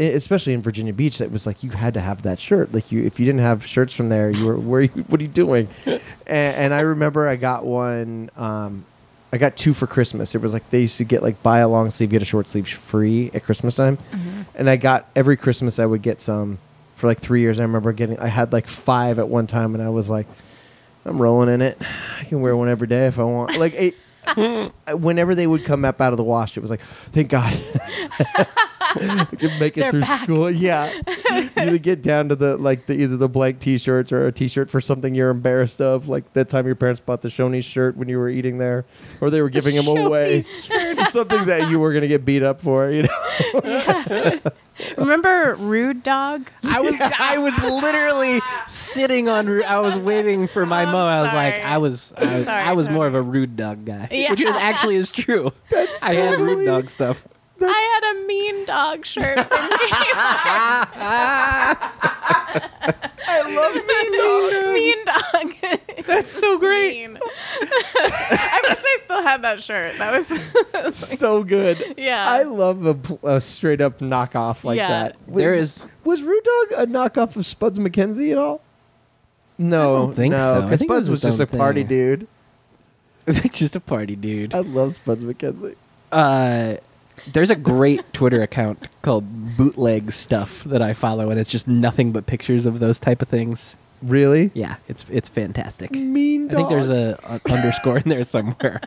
e- especially in Virginia Beach, that was like you had to have that shirt. Like you, if you didn't have shirts from there, you were where? you- What are you doing? and, and I remember I got one. Um, I got two for Christmas. It was like they used to get like buy a long sleeve, get a short sleeve free at Christmas time. And I got every Christmas I would get some for like three years. I remember getting I had like five at one time, and I was like, I'm rolling in it. I can wear one every day if I want. Like it. Whenever they would come up out of the wash, it was like, "Thank God, I can make it They're through back. school." Yeah, you would get down to the like the, either the blank T-shirts or a T-shirt for something you're embarrassed of, like that time your parents bought the Shoney's shirt when you were eating there, or they were giving them away, something that you were gonna get beat up for. You know, Remember Rude Dog? I was I was literally sitting on. ru- I was waiting for my I'm mo. I was like, sorry. I was I, sorry, I was more Tony. of a rude dog guy, Yeah. which is actually is true. I had rude totally- dog stuff. I had a mean dog shirt. from Kmart. I love me dog. mean dog. That's so great. I wish I still had that shirt. That was. so good. Yeah. I love a, pl- a straight up knockoff like Yeah. that. There is- was Rude Dog a knockoff of Spuds McKenzie at all? No, I don't think no, so. I 'cause think it Spuds was was his just own a party thing. dude. just a party, dude. I love Spuds McKenzie. uh, there's a great Twitter account called Bootleg Stuff that I follow, and it's just nothing but pictures of those type of things. Really? Yeah, it's it's fantastic. Mean I Dog. think there's a, a underscore in there somewhere.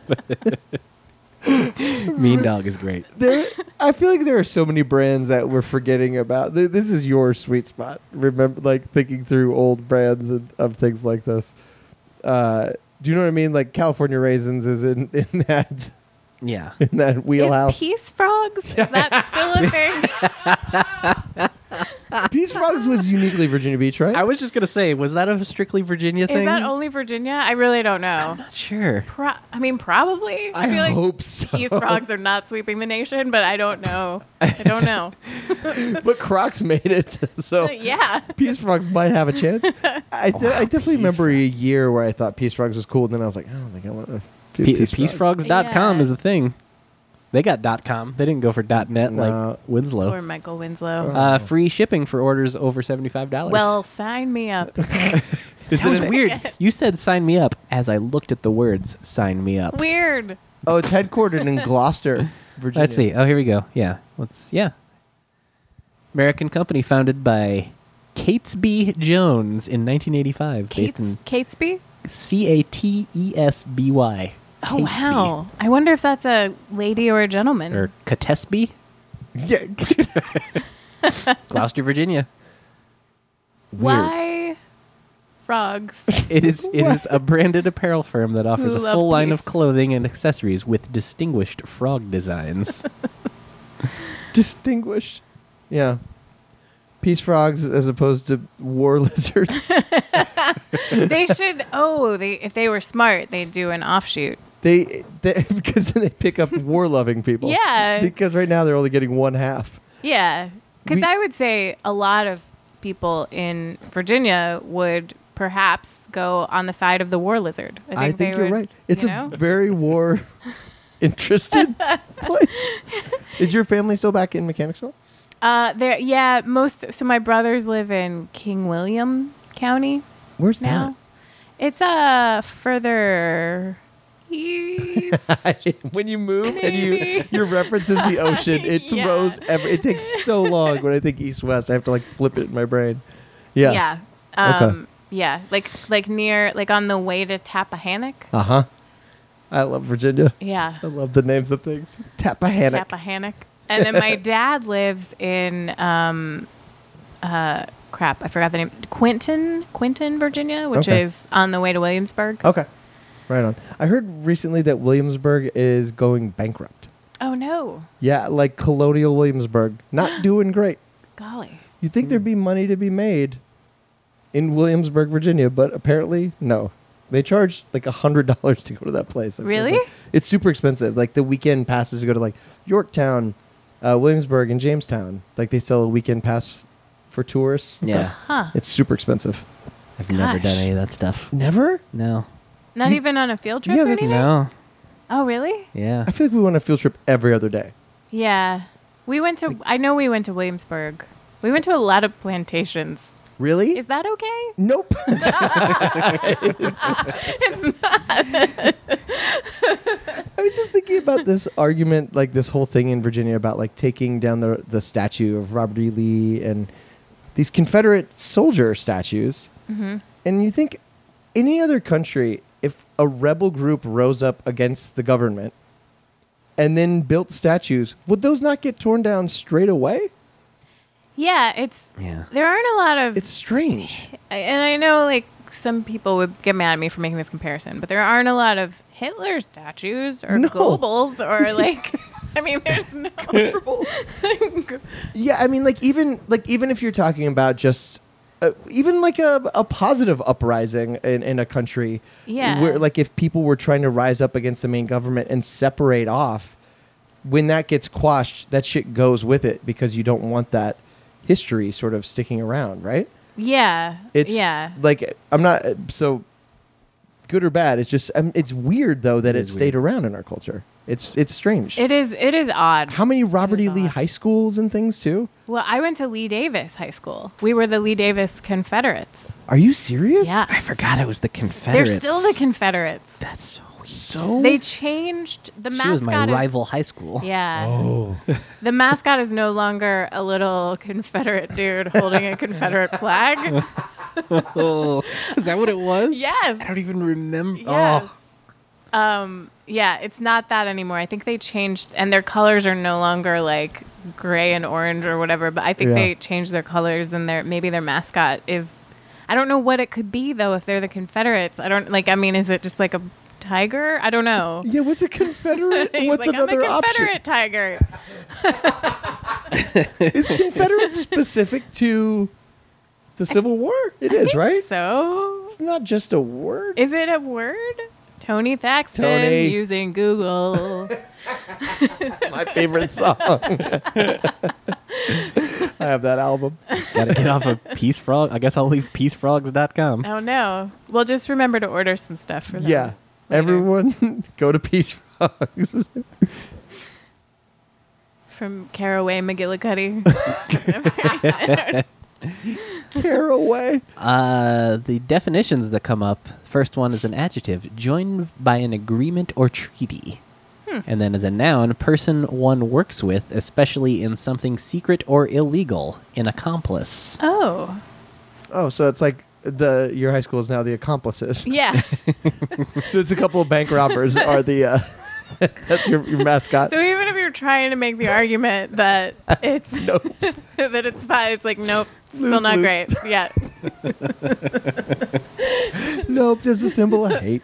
mean Dog is great. There, I feel like there are so many brands that we're forgetting about. Th- This is your sweet spot. Remember, like thinking through old brands and, of things like this. Uh, do you know what I mean? Like California raisins is in, in that Yeah. in that Is wheelhouse. peace frogs? Is that still a thing? Peace Frogs was uniquely Virginia Beach, right? I was just gonna say, was that a strictly Virginia thing? Is that only Virginia? I really don't know. Sure. Pro- I mean, probably. I feel hope so. like peace frogs are not sweeping the nation, but I don't know. I don't know. but Crocs made it, so But yeah. Peace Frogs might have a chance. I, de- I Oh, definitely Peace remember a year where I thought Peace Frogs was cool, and then I was like, I don't think I want to. do Pe- peacefrogs.com Yeah. is a thing. They got dot .com. They didn't go for dot .net No. like Or Winslow. Michael Winslow. Uh, free shipping for orders over $75. well, sign me up. that was it- weird. You said sign me up as I looked at the words sign me up. Weird. Oh, it's headquartered in Gloucester, Virginia. Let's see. Oh, here we go. Yeah. Let's yeah. American company founded by Catesby Jones in 1985 based Kates, in Catesby? C A T E S B Y. Oh, wow. I wonder if that's a lady or a gentleman. Or Catesby, Yeah, Gloucester, Virginia. Why frogs? It is it is a branded apparel firm that offers Who a love full line peace. of clothing and accessories with distinguished frog designs. distinguished. Yeah, Peace Frogs as opposed to War Lizards. they should. Oh, they if they were smart, they'd do an offshoot. they, they because then they pick up war loving people. Yeah. Because right now they're only getting one half. Yeah, because We- I would say a lot of people in Virginia would perhaps go on the side of the war lizard. I think, they you're would, right. It's you a know? very war interested place. Is your family still back in Mechanicsville? uh, there. Yeah, most. So my brothers live in King William County Where's now. It's uh further east. that? when you move and you Maybe. your references the ocean, it Yeah. throws. Every, it takes so long when I think east west. I have to like flip it in my brain. Yeah. yeah. Okay. Um, Yeah, like like near like on the way to Tappahannock. Uh huh. I love Virginia. Yeah. I love the names of things. Tappahannock. Tappahannock. And then my dad lives in um, uh, crap, I forgot the name. Quinton, Quinton, Virginia, which Okay. Oh. is on the way to Williamsburg. Okay. Right on. I heard recently that Williamsburg is going bankrupt. Oh no, Yeah, like colonial Williamsburg. Not doing great. golly. You'd think Hmm. there'd be money to be made in Williamsburg, Virginia, but apparently no. They charge like a hundred dollars to go to that place. I feel Really? like. It's super expensive. Like the weekend passes to go to like Yorktown, uh, Williamsburg, and Jamestown. Like they sell a weekend pass for tourists. and Yeah. stuff. Huh. It's super expensive. I've never Gosh. done any of that stuff. Never? No. Not even on a field trip Yeah, or that's- anything? No. Oh really? Yeah. I feel like we went on a field trip every other day. Yeah. We went to I know we went to Williamsburg. We went to a lot of plantations. Really? Is that okay? nope. It's not- I was just thinking about this argument, like this whole thing in Virginia about like taking down the the statue of Robert E. Lee and these Confederate soldier statues. Mm-hmm. And you think any other country, if a rebel group rose up against the government and then built statues, would those not get torn down straight away? yeah, it's Yeah. there aren't a lot of It's strange. I- and I know like some people would get mad at me for making this comparison, but there aren't a lot of Hitler statues or No. Goebbels or like. I mean, there's no. Yeah, I mean, like even like even if you're talking about just uh, even like a, a positive uprising in, in a country, Yeah. where like if people were trying to rise up against the main government and separate off, when that gets quashed, that shit goes with it because you don't want that history sort of sticking around, right? yeah. It's yeah. like I'm not so good or bad. It's just um, it's weird though that It it, is stayed weird. around in our culture. It's it's strange. It is. It is odd. How many Robert is E. Lee odd. high schools and things too? well, I went to Lee Davis High School. We were the Lee Davis Confederates. Are you serious? Yeah. I forgot it was the They're Confederates. still the Confederates. That's so weird. So They changed the mascot. She was my is- rival high school. Yeah. Oh. the mascot is no longer a little Confederate dude holding a Confederate flag. Oh, is that what it was? Yes. I don't even remember. Yes. Oh, Um, yeah, it's not that anymore. I think they changed, and their colors are no longer like gray and orange or whatever. But I think Yeah. they changed their colors, and their maybe their mascot is. I don't know what it could be though. If they're the Confederates, I don't like. I mean, is it just like a tiger? I don't know. Yeah, what's a Confederate? He's what's like, another I'm a option? Confederate tiger. Is Confederate specific to the Civil War? It is, right? So, It's not just a word. is it a word? Tony Thaxton Tony. using Google. my favorite song. I have that album. Oh, Gotta get off of Peace Frog. I guess I'll leave peacefrogs.com. oh no. Well, just remember to order some stuff for them. Yeah. Everyone go to Peace Frogs. From Caraway McGillicuddy. Caraway. Uh, the definitions that come up first one is an adjective, joined by an agreement or treaty. Hmm. And then as a noun, person one works with, especially in something secret or illegal, an accomplice. oh. Oh, so it's like the your high school is now the accomplices. Yeah. so it's a couple of bank robbers are the uh, that's your, your mascot. So even if you're trying to make the argument that it's that it's fine, it's like nope, still Lose, not lose. great. Yeah. nope, just a symbol of hate.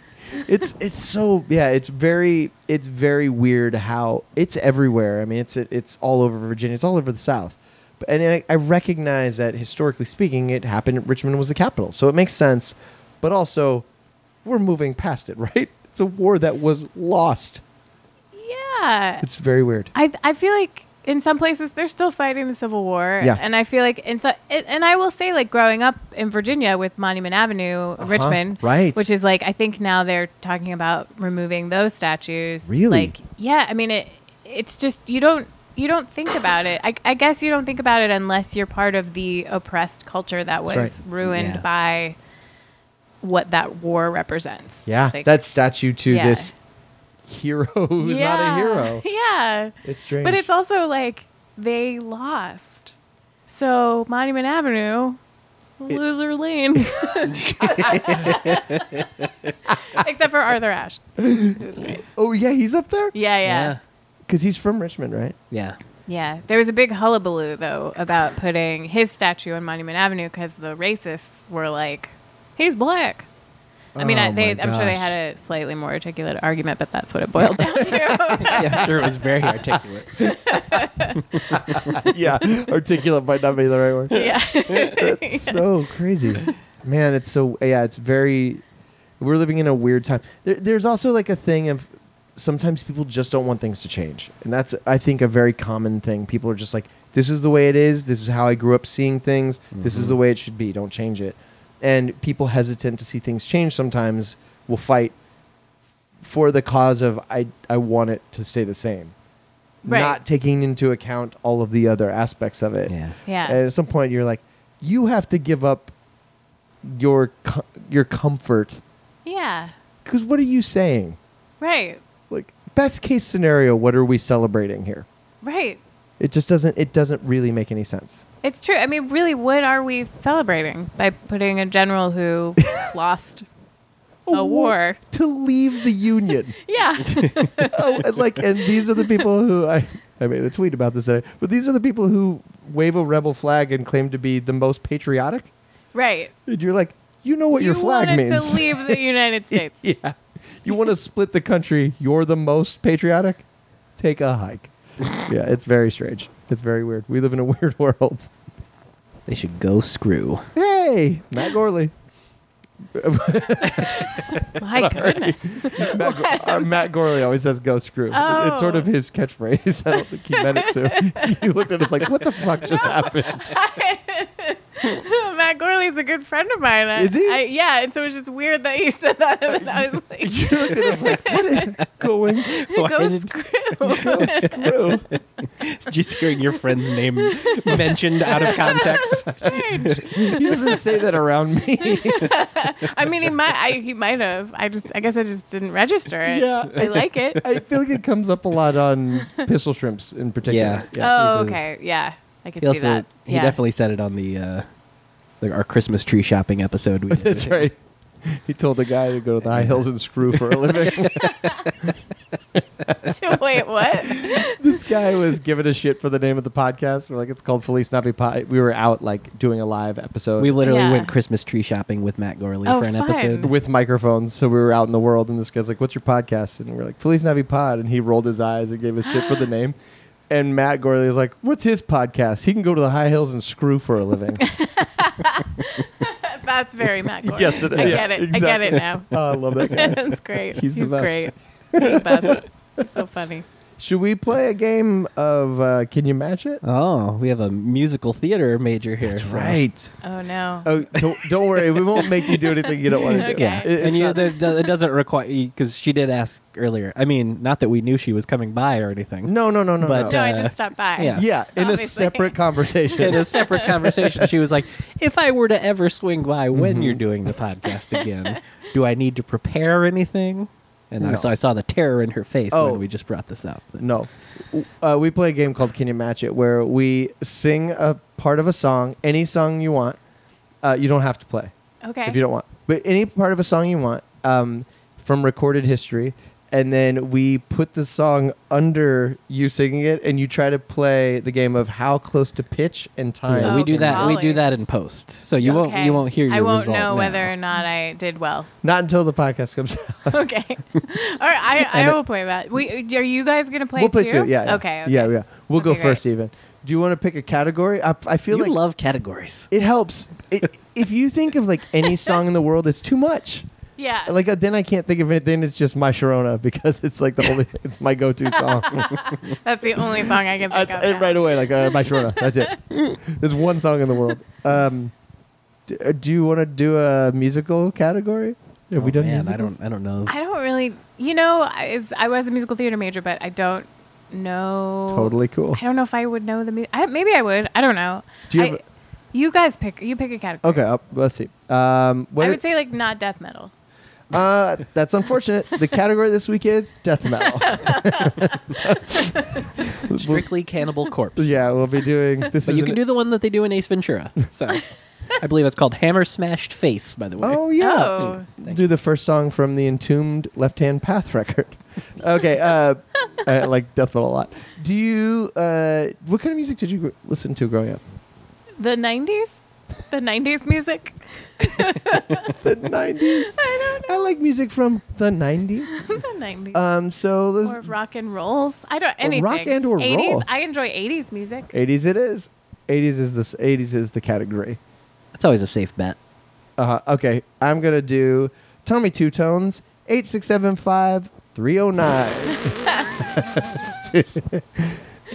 It's it's so yeah. It's very it's very weird how it's everywhere. I mean, it's it's all over Virginia. It's all over the South. But- And I, I recognize that historically speaking, it happened. Richmond was the capital, so it makes sense. But also, we're moving past it, right? It's a war that was lost. Yeah. It's very weird. I I feel like in some places they're still fighting the Civil War, Yeah. and I feel like in so it, and I will say like growing up in Virginia with Monument Avenue, Richmond, Uh-huh. right. which is like I think now they're talking about removing those statues. Really? Like yeah, I mean it. It's just you don't you don't think about it. I, I guess you don't think about it unless you're part of the oppressed culture that was That's ruined Yeah. by what that war represents. Yeah, Like- that statue to Yeah. this hero who's not a hero. Yeah. It's strange. But it's also like they lost. So Monument Avenue, loser lane. Except for Arthur Ashe. It was great. oh yeah, he's up there Yeah, yeah. Yeah. because he's from Richmond, right? Yeah. Yeah. There was a big hullabaloo, though, about putting his statue on Monument Avenue because the racists were like, he's black. I mean, I, Oh, they, my I'm sure they gosh. had a slightly more articulate argument, but that's what it boiled down to. yeah, sure. It was very articulate. yeah, articulate might not be the right word. yeah. That's so crazy, man. It's so yeah. It's very. We're living in a weird time. There, there's also like a thing of sometimes people just don't want things to change, and that's I think a very common thing. People are just like, this is the way it is. This is how I grew up seeing things. This is the way it should be. Don't change it. And people hesitant to see things change sometimes will fight for the cause of I I want it to stay the same. Right. Not taking into account all of the other aspects of it. Yeah. Yeah. And at some point, you're like, you have to give up your co- your comfort Yeah. because what are you saying? Right. Like best case scenario, what are we celebrating here? Right. It just doesn't. It doesn't really make any sense. It's true. I mean, really, what are we celebrating by putting a general who lost a war? to leave the union. Yeah. oh, and like, and these are the people who I. I made a tweet about this today, but these are the people who wave a rebel flag and claim to be the most patriotic. right. And you're like, you know what you your flag wanted means. to leave the United States. yeah. You want to split the country, you're the most patriotic? Take a hike. yeah, it's very strange. It's very weird. We live in a weird world. They should go screw. Hey, Matt Gorley. My goodness. Matt, Go- uh, Matt Gorley always says go screw. Oh. It's sort of his catchphrase. I don't think he meant it to. he looked at us like, what the fuck just happened? Matt Gorley's a good friend of mine. I- Is he? I, yeah. And so it was just weird that he said that. And I was like, You looked at us like, what is going Why go did- screw. screw? Just hearing your friend's name mentioned out of context. Strange. He doesn't say that around me. I mean, he might. I, he might have. I just. I guess I just didn't register it. Yeah. I like it. I feel like it comes up a lot on pistol shrimps in particular. Yeah. Oh, He's a- okay. Yeah. I can He see also that. he yeah. definitely said it on the uh, like our Christmas tree shopping episode. We did That's with him. right. He told the guy to go to the high hills and screw for a living. Wait, what? this guy was giving a shit for the name of the podcast. We're like, it's called Felice Navi Pie. We were out like doing a live episode We literally Yeah. went Christmas tree shopping with Matt Gorley Oh, for an fun. episode. with microphones, so we were out in the world. And this guy's like, "What's your podcast?" And we're like, "Felice Navi Pod." And he rolled his eyes and gave us shit for the name. And Matt Gorley is like, "What's his podcast? He can go to the high hills and screw for a living." That's very Matt Gordon. Yes, it I is. get it. I get Exactly. it now. oh, I love that guy. That's great. He's the best. great. He's the best. He's so funny. Should we play a game of uh, Can you match it? Oh, we have a musical theater major here. so- Oh no. Oh, don't, don't worry. We won't make you do anything you don't want to do. Okay. Yeah, It- and it's you, not- that do- it doesn't require because she did ask earlier. I mean, not that we knew she was coming by or anything. No, no, no, no, But, no, no. I uh, just stopped by. yeah. yeah, in a obviously. separate conversation. In a separate conversation, she was like, "If I were to ever swing by when you're Mm-hmm. doing the podcast again, do I need to prepare anything?" And I No. saw I saw the terror in her face Oh. when we just brought this up. that- No. Uh, we play a game called Can You Match It where we sing a part of a song, any song you want. Uh, you don't have to play Okay. if you don't want, but any part of a song you want um, from recorded history. And then we put the song under you singing it, and you try to play the game of how close to pitch and time. Yeah, we do Okay. that. We do Golly. that in post, so you won't Oh, Okay. you won't hear. Your I won't result know now. whether or not I did well. Not until the podcast comes out. okay. All right. I, I And it- will play that. We are you guys gonna play we'll play too? two. Yeah, yeah. Okay. okay. Yeah, yeah. We'll go Okay, first, great. even. Do you want to pick a category? I, I feel You like love categories. it helps. It, if you think of like any song in the world, it's too much. Yeah. Like uh, then I can't think of anything. It's just my Sharona because it's like the only. it's my go-to song. That's the only song I can think That's of. it now. right away. Like uh, my Sharona. That's it. There's one song in the world. Um, d- uh, do you want to do a musical category? Have we Oh, done? man, I musicals? don't. I don't know. I don't really, you know, I- is I was a musical theater major, but I don't know. Totally cool. I don't know if I would know the mu- I, maybe I would. I don't know. Do you I- have a- you guys pick. You pick a category. Okay, I'll, let's see. Um, what I are- would say like not death metal. Uh, that's unfortunate. The category this week is death metal. Strictly Cannibal Corpse. yeah, we'll be doing this. But you is can an- do the one that they do in Ace Ventura. So I believe it's called Hammer Smashed Face, by the way. Oh yeah. Oh. Do the first song from the Entombed Left Hand Path record. Okay, uh, I like death metal a lot. Do you? Uh, what kind of music did you gr- listen to growing up? The '90s, the '90s music. The nineties. I I like music from the nineties. don't know the '90s. Uh, Um, so or those rock and rolls. I don't anything. and or 80s. roll. I enjoy 80s music. eighties it is. Eighties is this. Eighties is the category. That's always a safe bet. Uh, okay, I'm gonna do Tommy Two Tones eight six seven five three zero nine.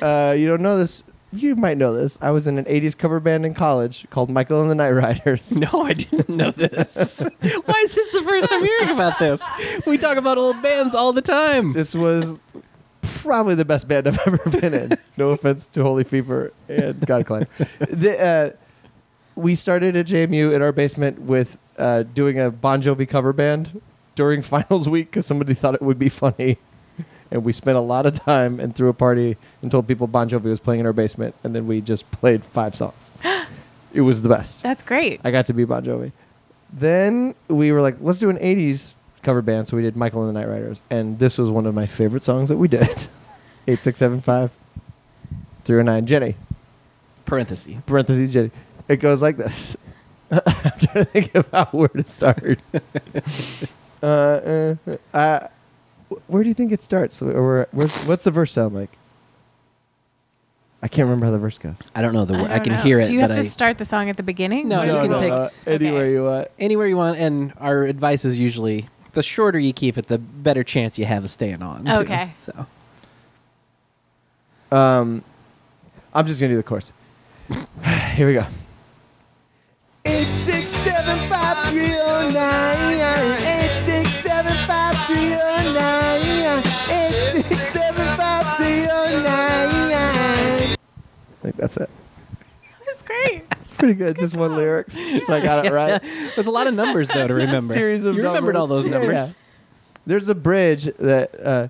Uh, you don't know this. You might know this. I was in an '80s cover band in college called Michael and the Night Riders. No, I didn't know this. Why is this the first time hearing about this? We talk about old bands all the time. This was probably the best band I've ever been in. No offense to Holy Fever and God Climb. The, uh, we started at JMU in our basement with uh, doing a Bon Jovi cover band during finals week because somebody thought it would be funny. And we spent a lot of time and threw a party and told people Bon Jovi was playing in our basement. And then we just played five songs. it was the best. That's great. I got to be Bon Jovi. Then we were like, let's do an 80s cover band. So we did Michael and the Night Riders. And this was one of my favorite songs that we did 8675 309 oh, Jenny. Parenthesis. Parentheses Jenny. It goes like this. I'm trying to think about where to start. uh, uh, uh, wh- where do you think it starts? Or where's, what's the verse sound like? I can't remember how the verse goes. I don't know the word. I, don't can know. hear it, Do you but have to I- start the song at the beginning? No, Or you is can it- pick- uh, anywhere you want. anywhere you want. And our advice is usually the shorter you keep it, the better chance you have of staying on. too. Okay. So Um, I'm just gonna do the chorus. Here we go. Eight six seven five three oh nine. Eight six seven five three oh nine. Eight six seven five three oh nine. I think that's it. That's great. It's pretty good. Just one lyrics, so I got it right. there's a lot of numbers though to remember. Series of you remembered numbers. all those Yeah, numbers. yeah. There's a bridge that. Uh,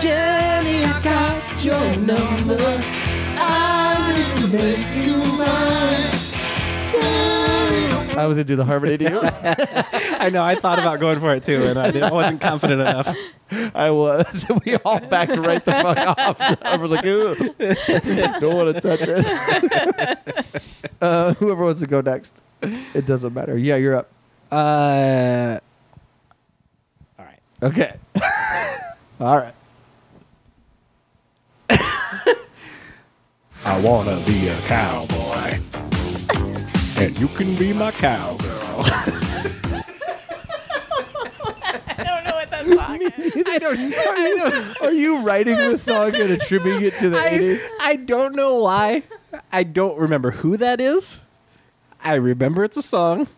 Jenny's got your number. I will make you mine. Jenny, I was gonna do the Harvard idiot. I know. I thought about going for it too, and I, didn't, I wasn't confident enough. I was. we all backed right the fuck off. I was like, ooh, don't want to touch it. uh, whoever wants to go next, it doesn't matter. Yeah, you're up. Uh, all right. Okay. all right. I wanna be a cowboy. and you can be my cowgirl. I don't know what that song is. I don't. I don't. Are you writing this song and attributing it to the 80s? I, I don't know why. I don't remember who that is. I remember it's a song.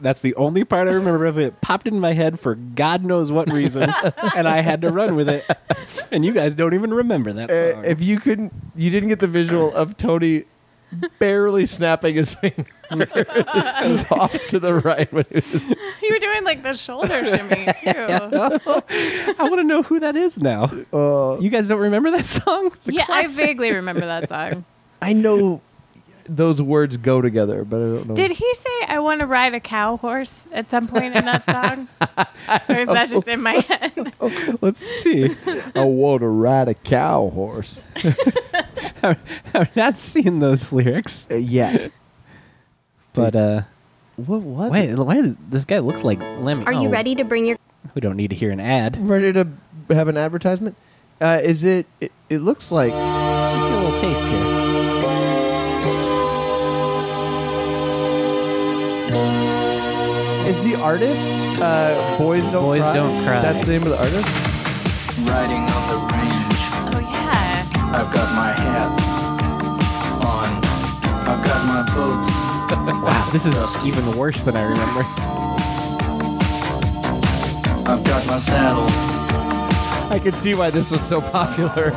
That's the only part I remember of it. It popped in my head for God knows what reason, and I had to run with it. And you guys don't even remember that Uh, song. if you couldn't, you didn't get the visual of Tony barely snapping his finger off to the right when he was You were doing like the shoulder shimmy too. I want to know who that is now. uh, You guys don't remember that song? It's a yeah, I classic. vaguely remember that song. I know those words go together, but I don't know. Did he say I want to ride a cow horse at some point in that song? or is that just in my head? Let's see. I want to ride a cow horse I've not seen those lyrics, uh, yet. but eh. uh, What was wait, it? why does this guy looks like Lemmy? Are Oh, you ready to bring your We don't need to hear an ad. Ready to have an advertisement? Uh, is it, it? It looks like Just get a little taste here. is the artist uh, boys don't Boys cry? Don't Cry. That's the name of the artist. Riding on the range, Oh yeah. I've got my hat on. I've got my boots. Wow, Ah, this is even worse than I remember. I've got my saddle. I can see why this was so popular.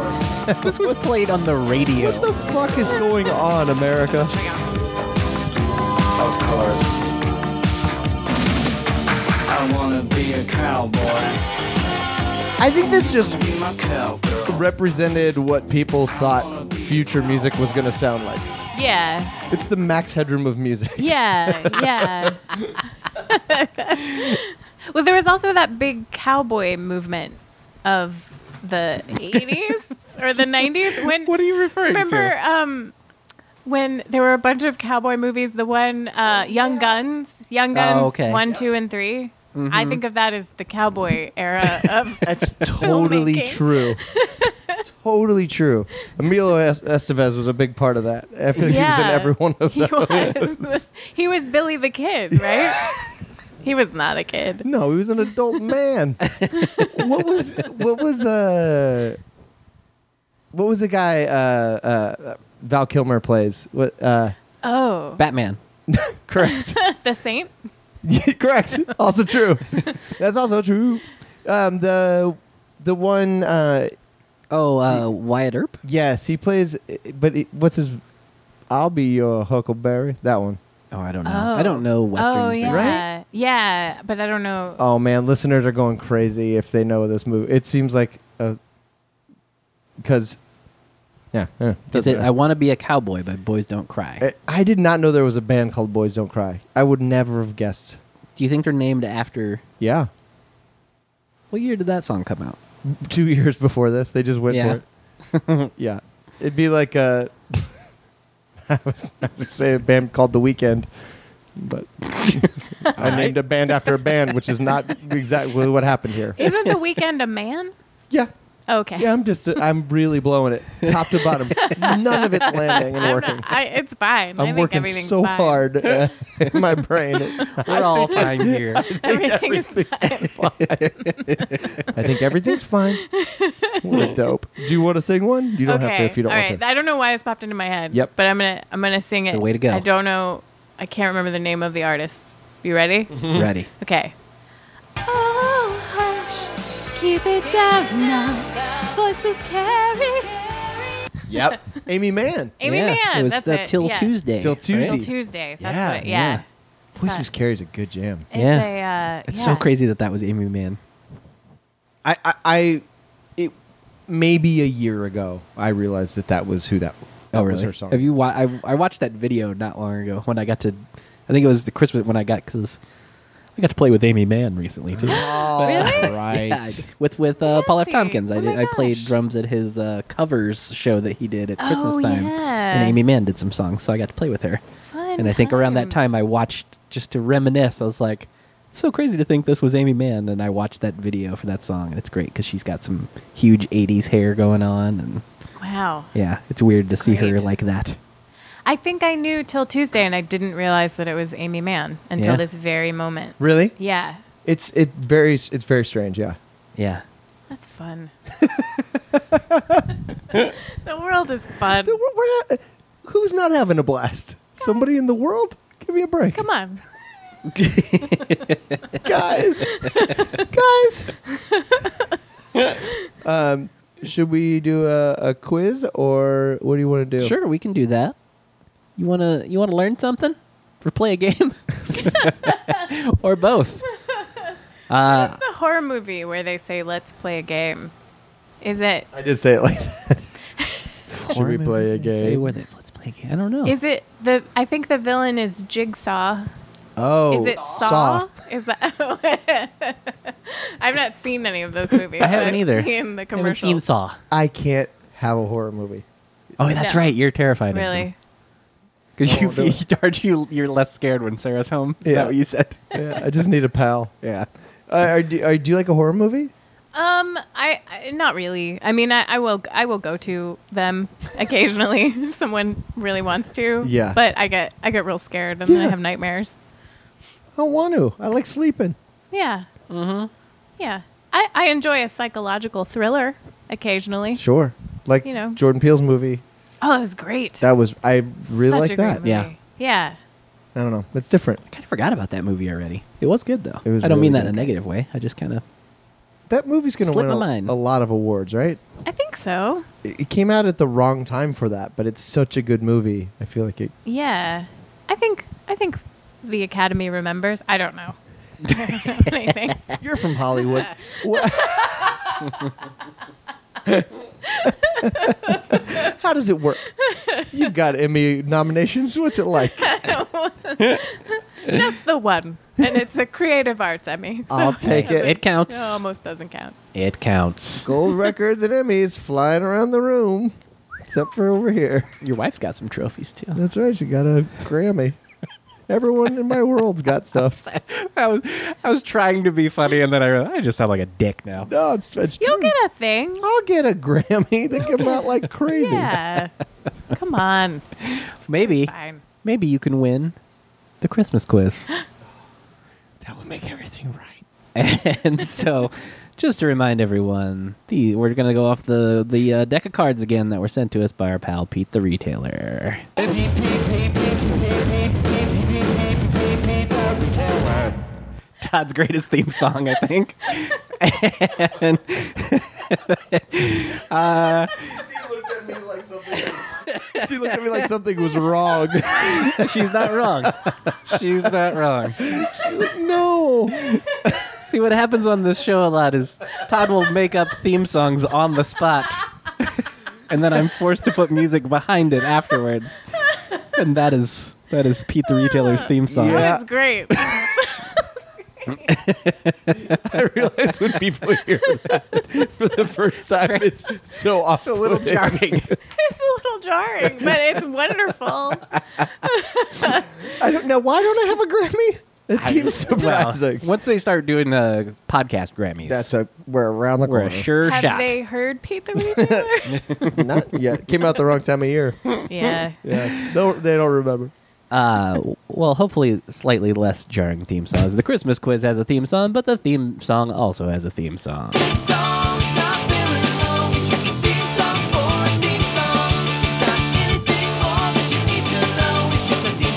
This was played on the radio. what the fuck is going on, America? Of course. I wanna be a cowboy. I think this just Be my cowgirl. represented what people thought future music was going to sound like. Yeah. It's the max headroom of music. Yeah. Yeah. well, there was also that big cowboy movement of the 80s or the 90s when What are you referring remember to? um when there were a bunch of cowboy movies, the one uh, Young Guns, Young Guns Oh, okay. Mm-hmm. one, two, and 3 I think of that as the cowboy era of That's totally Filmmaking. true. totally true. Emilio Es- Estevez was a big part of that. I feel like he was Yeah. in every one Oh, of he them. was. he was Billy the Kid, right? he was not a kid. No, he was an adult man. what was what was uh what was the guy uh, uh, Val Kilmer plays? What uh, Oh, Batman. correct. the Saint. Yeah, Correct. Also true. That's also true. Um, the the one uh, Oh, uh, Wyatt Earp. yes, he plays. But it, what's his? I'll be your Huckleberry. That one. Oh, I don't know. Oh. I don't know oh westerns. very yeah, well. right? yeah, but I don't know. Oh man, listeners are going crazy if they know this movie. It seems like a because yeah. yeah Is it? doesn't I matter. want to be a cowboy, but boys don't cry. I, I did not know there was a band called Boys Don't Cry. I would never have guessed. Do you think they're named after? Yeah, What year did that song come out? two years before this, they just went Yeah. for it. Yeah, it'd be like uh, I was, I was gonna say a band called The Weekend, but I named a band after a band, which is not exactly what happened here. Isn't the weekend a man? Oh, Yeah, Okay. yeah, I'm just I'm really blowing it, top to bottom. None of it's landing and I'm working. not- I, it's fine. I I'm think working everything's so fine. hard uh, in my brain. We're all fine here. Everything's I think everything's fine. What a dope. Do you want to sing one? You don't okay. have to if you don't All want right. to. I don't know why this popped into my head. Yep. But I'm gonna I'm gonna sing It's it. the way to go. I don't know. I can't remember the name of the artist. You ready? Ready? Okay. Oh, hush, keep it down now. Voices carry. Yep. Amy Mann. Amy yeah, Mann. It was that's uh, it. till yeah. Tuesday. Till right? Tuesday. Till Tuesday. That's Yeah, yeah, it. Yeah. Voices Carries a good jam. It's Yeah. a, uh, It's yeah. so crazy that that was Amy Mann. I, I, I it maybe a year ago I realized that that was who that, that oh, really? was her song. Have you? Wa- I I watched that video not long ago when I got to I think it was the Christmas when I got because I got to play with Amy Mann recently too. Oh, Really? right. Yeah, I did. with with uh, Paul F. Fancy. Tompkins. I Oh did. my I played gosh. drums at his uh, covers show that he did at Christmas Oh, time, yeah. and Amy Mann did some songs, so I got to play with her. Fun and I think around that times. time, I watched just to reminisce. I was like, it's so crazy to think this was Amy Mann, and I watched that video for that song, and it's great because she's got some huge '80s hair going on, and Wow. yeah, it's weird to see her Great. like that. I think I knew till Tuesday, and I didn't realize that it was Amy Mann until Yeah. this very moment. Really? Yeah, It's it very it's very strange. Yeah. Yeah, that's fun. the world is fun. We're- we're not- who's not having a blast? Somebody in the world? Give me a break, Come on. guys. guys. um, should we do a, a quiz or what do you want to do? sure, we can do that. You wanna you wanna learn something or play a game or both? Uh, The horror movie where they say, let's play a game. Is it? I did say it like that. should we play a Say game? where they- let's play a game. I don't know. Is it the? I think the villain is Jigsaw. Oh, is it Saw? Is that? I've not seen any of those movies. I haven't but I've either. Seen the I haven't commercials. seen Saw. I can't have a horror movie. Oh, that's No. right. You're terrified. Really? Because I you, won't do you, it. aren't you, you're less scared when Sarah's home. Is Yeah. that what you said? yeah, I just need a pal. Yeah. Uh, are, do, are, do you like a horror movie? Um, I, I not really. I mean, I, I will I will go to them occasionally if someone really wants to. Yeah. But I get I get real scared and then Yeah. I have nightmares. I don't want to. I like sleeping. Yeah. Mm-hmm. Yeah. I, I enjoy a psychological thriller occasionally. Sure. Like You know. Jordan Peele's movie. Oh, it was great. That was I really Such like a great that. movie. Yeah. Yeah. I don't know. It's different. I kind of forgot about that movie already. It was good, though. It was I don't mean really that in a good. negative way. I just kind of. That movie's going to Slipped win a, my mind. a lot of awards, right? I think so. It it came out at the wrong time for that, but it's such a good movie. I feel like it. Yeah. I think I think the Academy remembers. I don't know. I don't know anything. You're from Hollywood. Wha- How does it work? You've got Emmy nominations. What's it like? Just the one. And it's a creative arts Emmy. So I'll take it. It counts. it almost doesn't count. It counts. Gold records and Emmys flying around the room, except for over here. Your wife's got some trophies, too. That's right. She got a Grammy. Everyone in my world's got stuff. I was, I was trying to be funny, and then I realized I just sound like a dick now. No, it's, it's You'll true. get a thing. I'll get a Grammy. They come out like crazy. Yeah. Come on. Maybe, Fine. maybe you can win the Christmas quiz. that would make everything right. And so, just to remind everyone, the we're gonna go off the the uh, deck of cards again that were sent to us by our pal Pete the retailer. Todd's greatest theme song, I think. and She looked at me like something was wrong. she's not wrong. She's not wrong. no. See what happens on this show a lot is Todd will make up theme songs on the spot, and then I'm forced to put music behind it afterwards, and that is that is Pete the Retailer's theme song. Yeah. That was great. I realize when people hear that for the first time, it's so awful. It's a little jarring. It's a little jarring, but it's wonderful. I don't know. Why don't I have a Grammy? It seems well, surprising. once they start doing uh, podcast Grammys, That's a, we're around the we're corner. a sure Have shot. they heard Pete the Retailer? Not yet. Came out the wrong time of year. yeah. Yeah. They'll- they don't remember. Uh, well, hopefully, slightly less jarring theme songs. The Christmas quiz has a theme song, but the theme song also has a theme song. Song's not feeling alone. It's just a theme song for a theme song. It's not anything more that you need to know. It's just a theme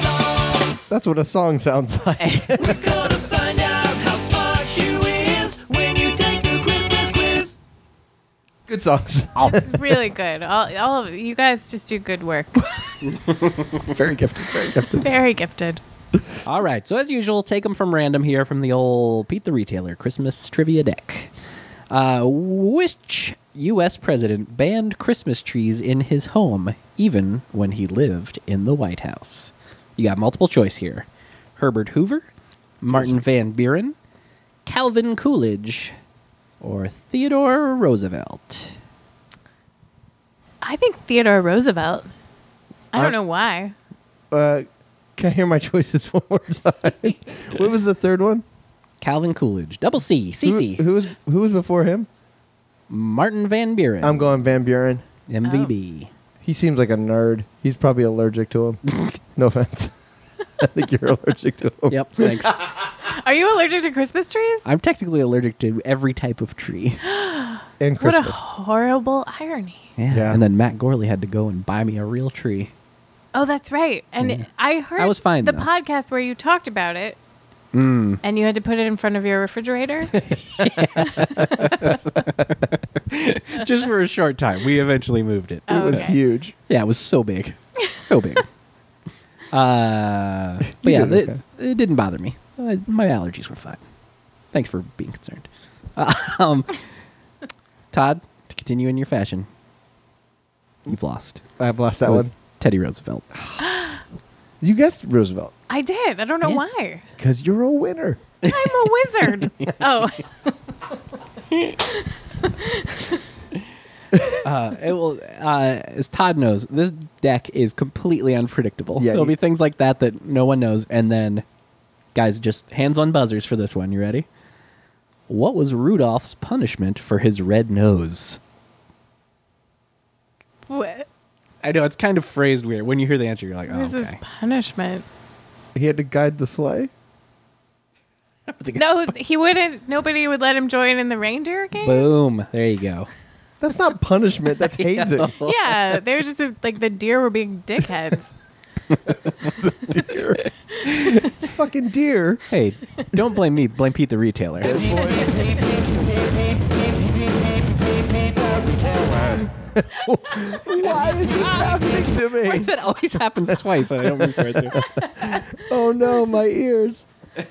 song for another theme song. That's what a song sounds like. We're gonna find out how smart you is when you take the Christmas quiz. Good songs. It's really good. All, all of you guys just do good work. Very gifted. Very gifted. Very gifted. All right. So as usual, take them from random here from the old Pete the Retailer Christmas trivia deck. Uh, which U.S. president banned Christmas trees in his home, even when he lived in the White House? You got multiple choice here: Herbert Hoover, Martin Van Buren, Calvin Coolidge, or Theodore Roosevelt. I think Theodore Roosevelt. I I- don't know why. Uh, can I hear my choices one more time? what was the third one? Calvin Coolidge, double C, CC, Who, who was who was before him? Martin Van Buren. I'm Oh. going Van Buren. MVB. He seems like a nerd. He's probably allergic to him. no offense. I think you're allergic to him. Yep, thanks. Are you allergic to Christmas trees? I'm technically allergic to every type of tree. And What a Christmas. horrible irony. Yeah. Yeah. And then Matt Gorley had to go and buy me a real tree. Oh, that's right. And I heard I was fine, the though. Mm. podcast where you talked about it. And you had to put it in front of your refrigerator. Just for a short time. We eventually moved it. Oh, it was okay. huge. Yeah, it was so big. So big. uh, but yeah, did it, okay. it didn't bother me. Uh, my allergies were fine. Thanks for being concerned. um, Todd, to continue in your fashion, you've lost. I've lost that It was one. Teddy Roosevelt. You guessed Roosevelt I did. I don't know Yeah. why. because you're a winner. I'm a wizard. oh, Uh, it will, uh, as Todd knows, this deck is completely unpredictable. Yeah, There'll you- be things like that that no one knows, and then, guys, just hands on buzzers for this one. You ready? What was Rudolph's punishment for his red nose? Wh- I know it's kind of phrased weird. When you hear the answer, you're like, oh, this is okay. punishment. He had to guide the sleigh. No, he wouldn't. Nobody would let him join in the reindeer game. Boom! There you go. That's not punishment. That's hazing. Yeah, they were just uh, like the deer were being dickheads. deer. it's fucking deer. Hey, don't blame me. Blame Pete the retailer. Why is this Ah. happening to me? that always happens twice, and I don't mean for it to. Oh no, my ears. I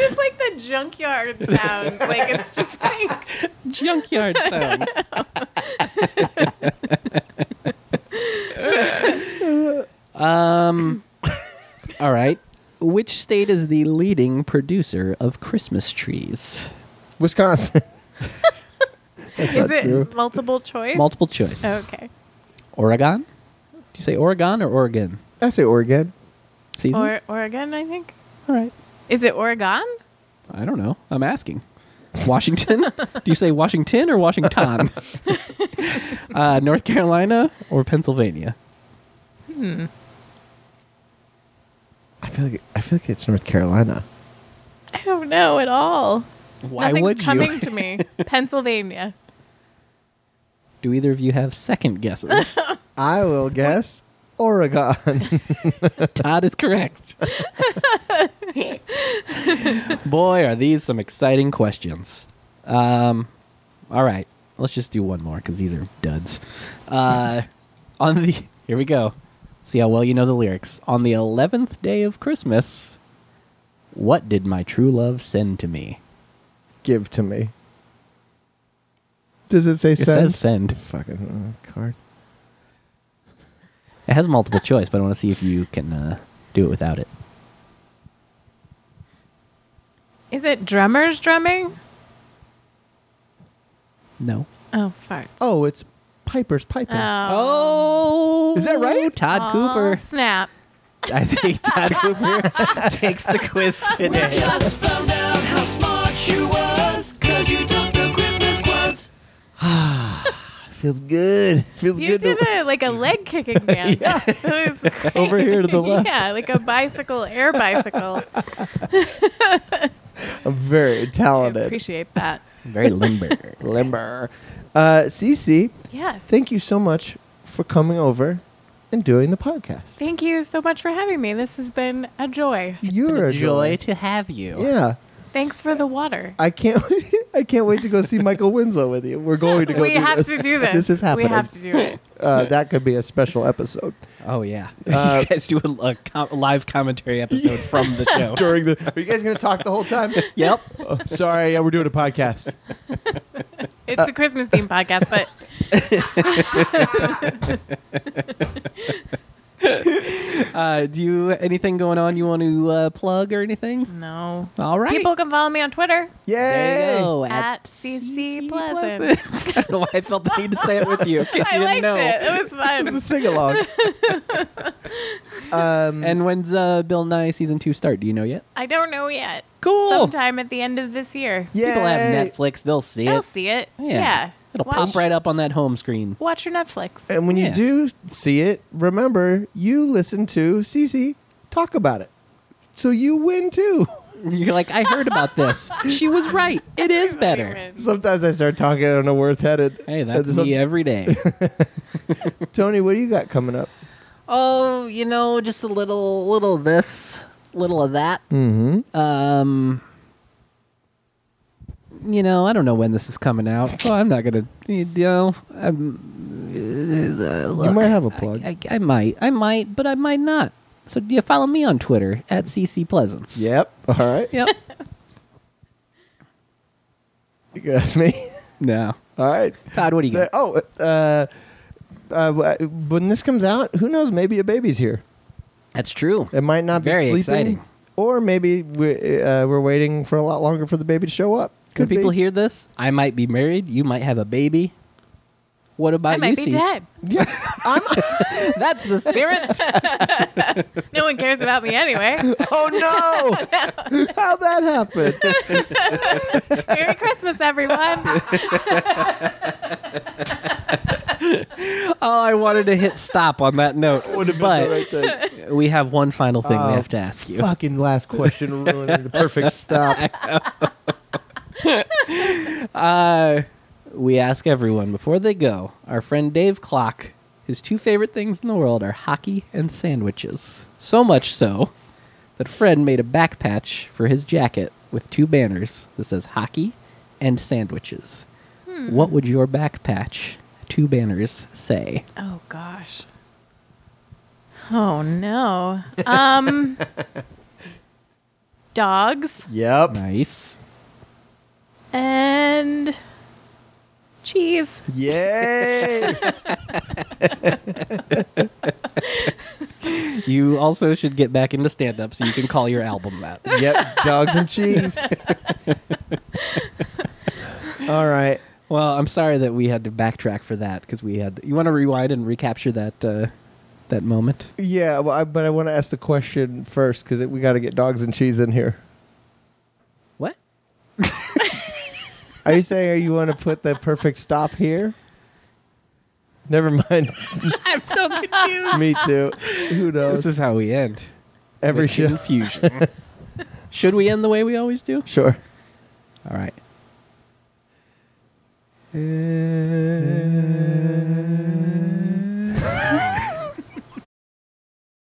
just like the junkyard sounds. Like it's just like Junkyard sounds. um. All right. Which state is the leading producer of Christmas trees? Wisconsin. That's is not it true. multiple choice? Multiple choice. Okay. Oregon. Do you say Oregon or Oregon? I say Oregon. Season. Or Oregon, I think. all right. Is it Oregon? I don't know. I'm asking. Washington? Do you say Washington or Washington? uh, North Carolina or Pennsylvania? I feel like I feel like it's North Carolina. I don't know at all. Why Nothing's would coming you? to me. Pennsylvania. Do either of you have second guesses? I will guess Oregon. Todd is correct. Boy, are these some exciting questions. Um, all right, let's just do one more because these are duds. Uh, on the here we go. See how well you know the lyrics. On the eleventh day of Christmas, what did my true love send to me? Give to me. Does it say It send? says send. Fucking uh, card. It has multiple choice, but I want to see if you can uh, do it without it. Is it drummers drumming? No. Oh, farts. Oh, it's Piper's piping. Ah. Oh, Is that right? Todd Cooper. oh, Snap. I think Todd Cooper takes the quiz today. Just found out how smart you was, cause you took the Christmas quiz. Feels good. Feels You good. to- did a, like a leg kicking dance. It was great. Over here to the left. Yeah, like a bicycle, air bicycle. I'm very I talented. appreciate that. Very limber. Limber. Uh, Cece, Yes. thank you so much for coming over and doing the podcast. Thank you so much for having me. This has been a joy. You're a joy. to have you. Yeah. Thanks for the water. I can't. I can't wait to go see Michael Winslow with you. We're going to go. We do have this. to do this. This is happening. We have to do it. Uh, that could be a special episode Oh yeah. Uh, you guys do a, a com- live commentary episode from the show. during the. Are you guys going to talk the whole time? yep. Oh, sorry, yeah, we're doing a podcast. It's a Christmas themed podcast, but Uh, do you anything going on you want to uh, plug or anything? No. All right. People can follow me on Twitter There Yay! you go. at CC Pleasant. Pleasant. I don't know why I felt the need to say it with you. in case you I didn't liked know. it. It was It's a fun. sing along. um, And when's uh, Bill Nye season two start? Do you know yet? I don't know yet. Cool. Sometime at the end of this year. yay. People have Netflix. They'll see I'll it. see it. Yeah. Yeah. It'll watch, pop right up on that home screen. Watch your Netflix. And when Yeah. you do see it, remember you listen to Cece talk about it, so you win too. You're like, I heard about this. She was right. It is better. Sometimes I start talking, I don't know where it's headed. Hey, that's And me some- every day. Tony, what do you got coming up? oh, you know, just a little, little of this, little of that. Mm-hmm. Um, you know, I don't know when this is coming out, so I'm not gonna. You know, I'm, You might have a plug. I, I might, I might, but I might not. So you follow me on Twitter at CC Pleasance. yep. All right. Yep. You can ask me. no. All right. Todd, what do you The- got? oh, uh, uh, when this comes out, who knows? Maybe a baby's here. That's true. It might not be Very sleeping. exciting. Or maybe we, uh, we're waiting for a lot longer for the baby to show up. Could be. people hear this? I might be married. You might have a baby. What about I might you? be C? dead. That's the spirit. No one cares about me anyway. Oh no! How'd that happen? Merry Christmas, everyone. oh, I wanted to hit stop on that note, but we have one final thing we Oh, have to ask you. Fucking last question ruined the perfect stop. Uh, we ask everyone before they go. Our friend Dave Clock, his two favorite things in the world are hockey and sandwiches. So much so that Fred made a back patch for his jacket with two banners that says hockey and sandwiches. What would your back patch, two banners, say? Oh gosh. Oh no. Um dogs Yep. Nice. and cheese. Yay! You also should get back into stand up so you can call your album that. yep. Dogs and cheese. All right. Well, I'm sorry that we had to backtrack for that because we had. You want to rewind and recapture that uh, that moment? Yeah, well, I, but I want to ask the question first because we got to get dogs and cheese in here. What? Are you saying you want to put the perfect stop here? Never mind. I'm so confused. Me too. Who knows? this is how we end. Every With show. Confusion. Should we end the way we always do? Sure. All right.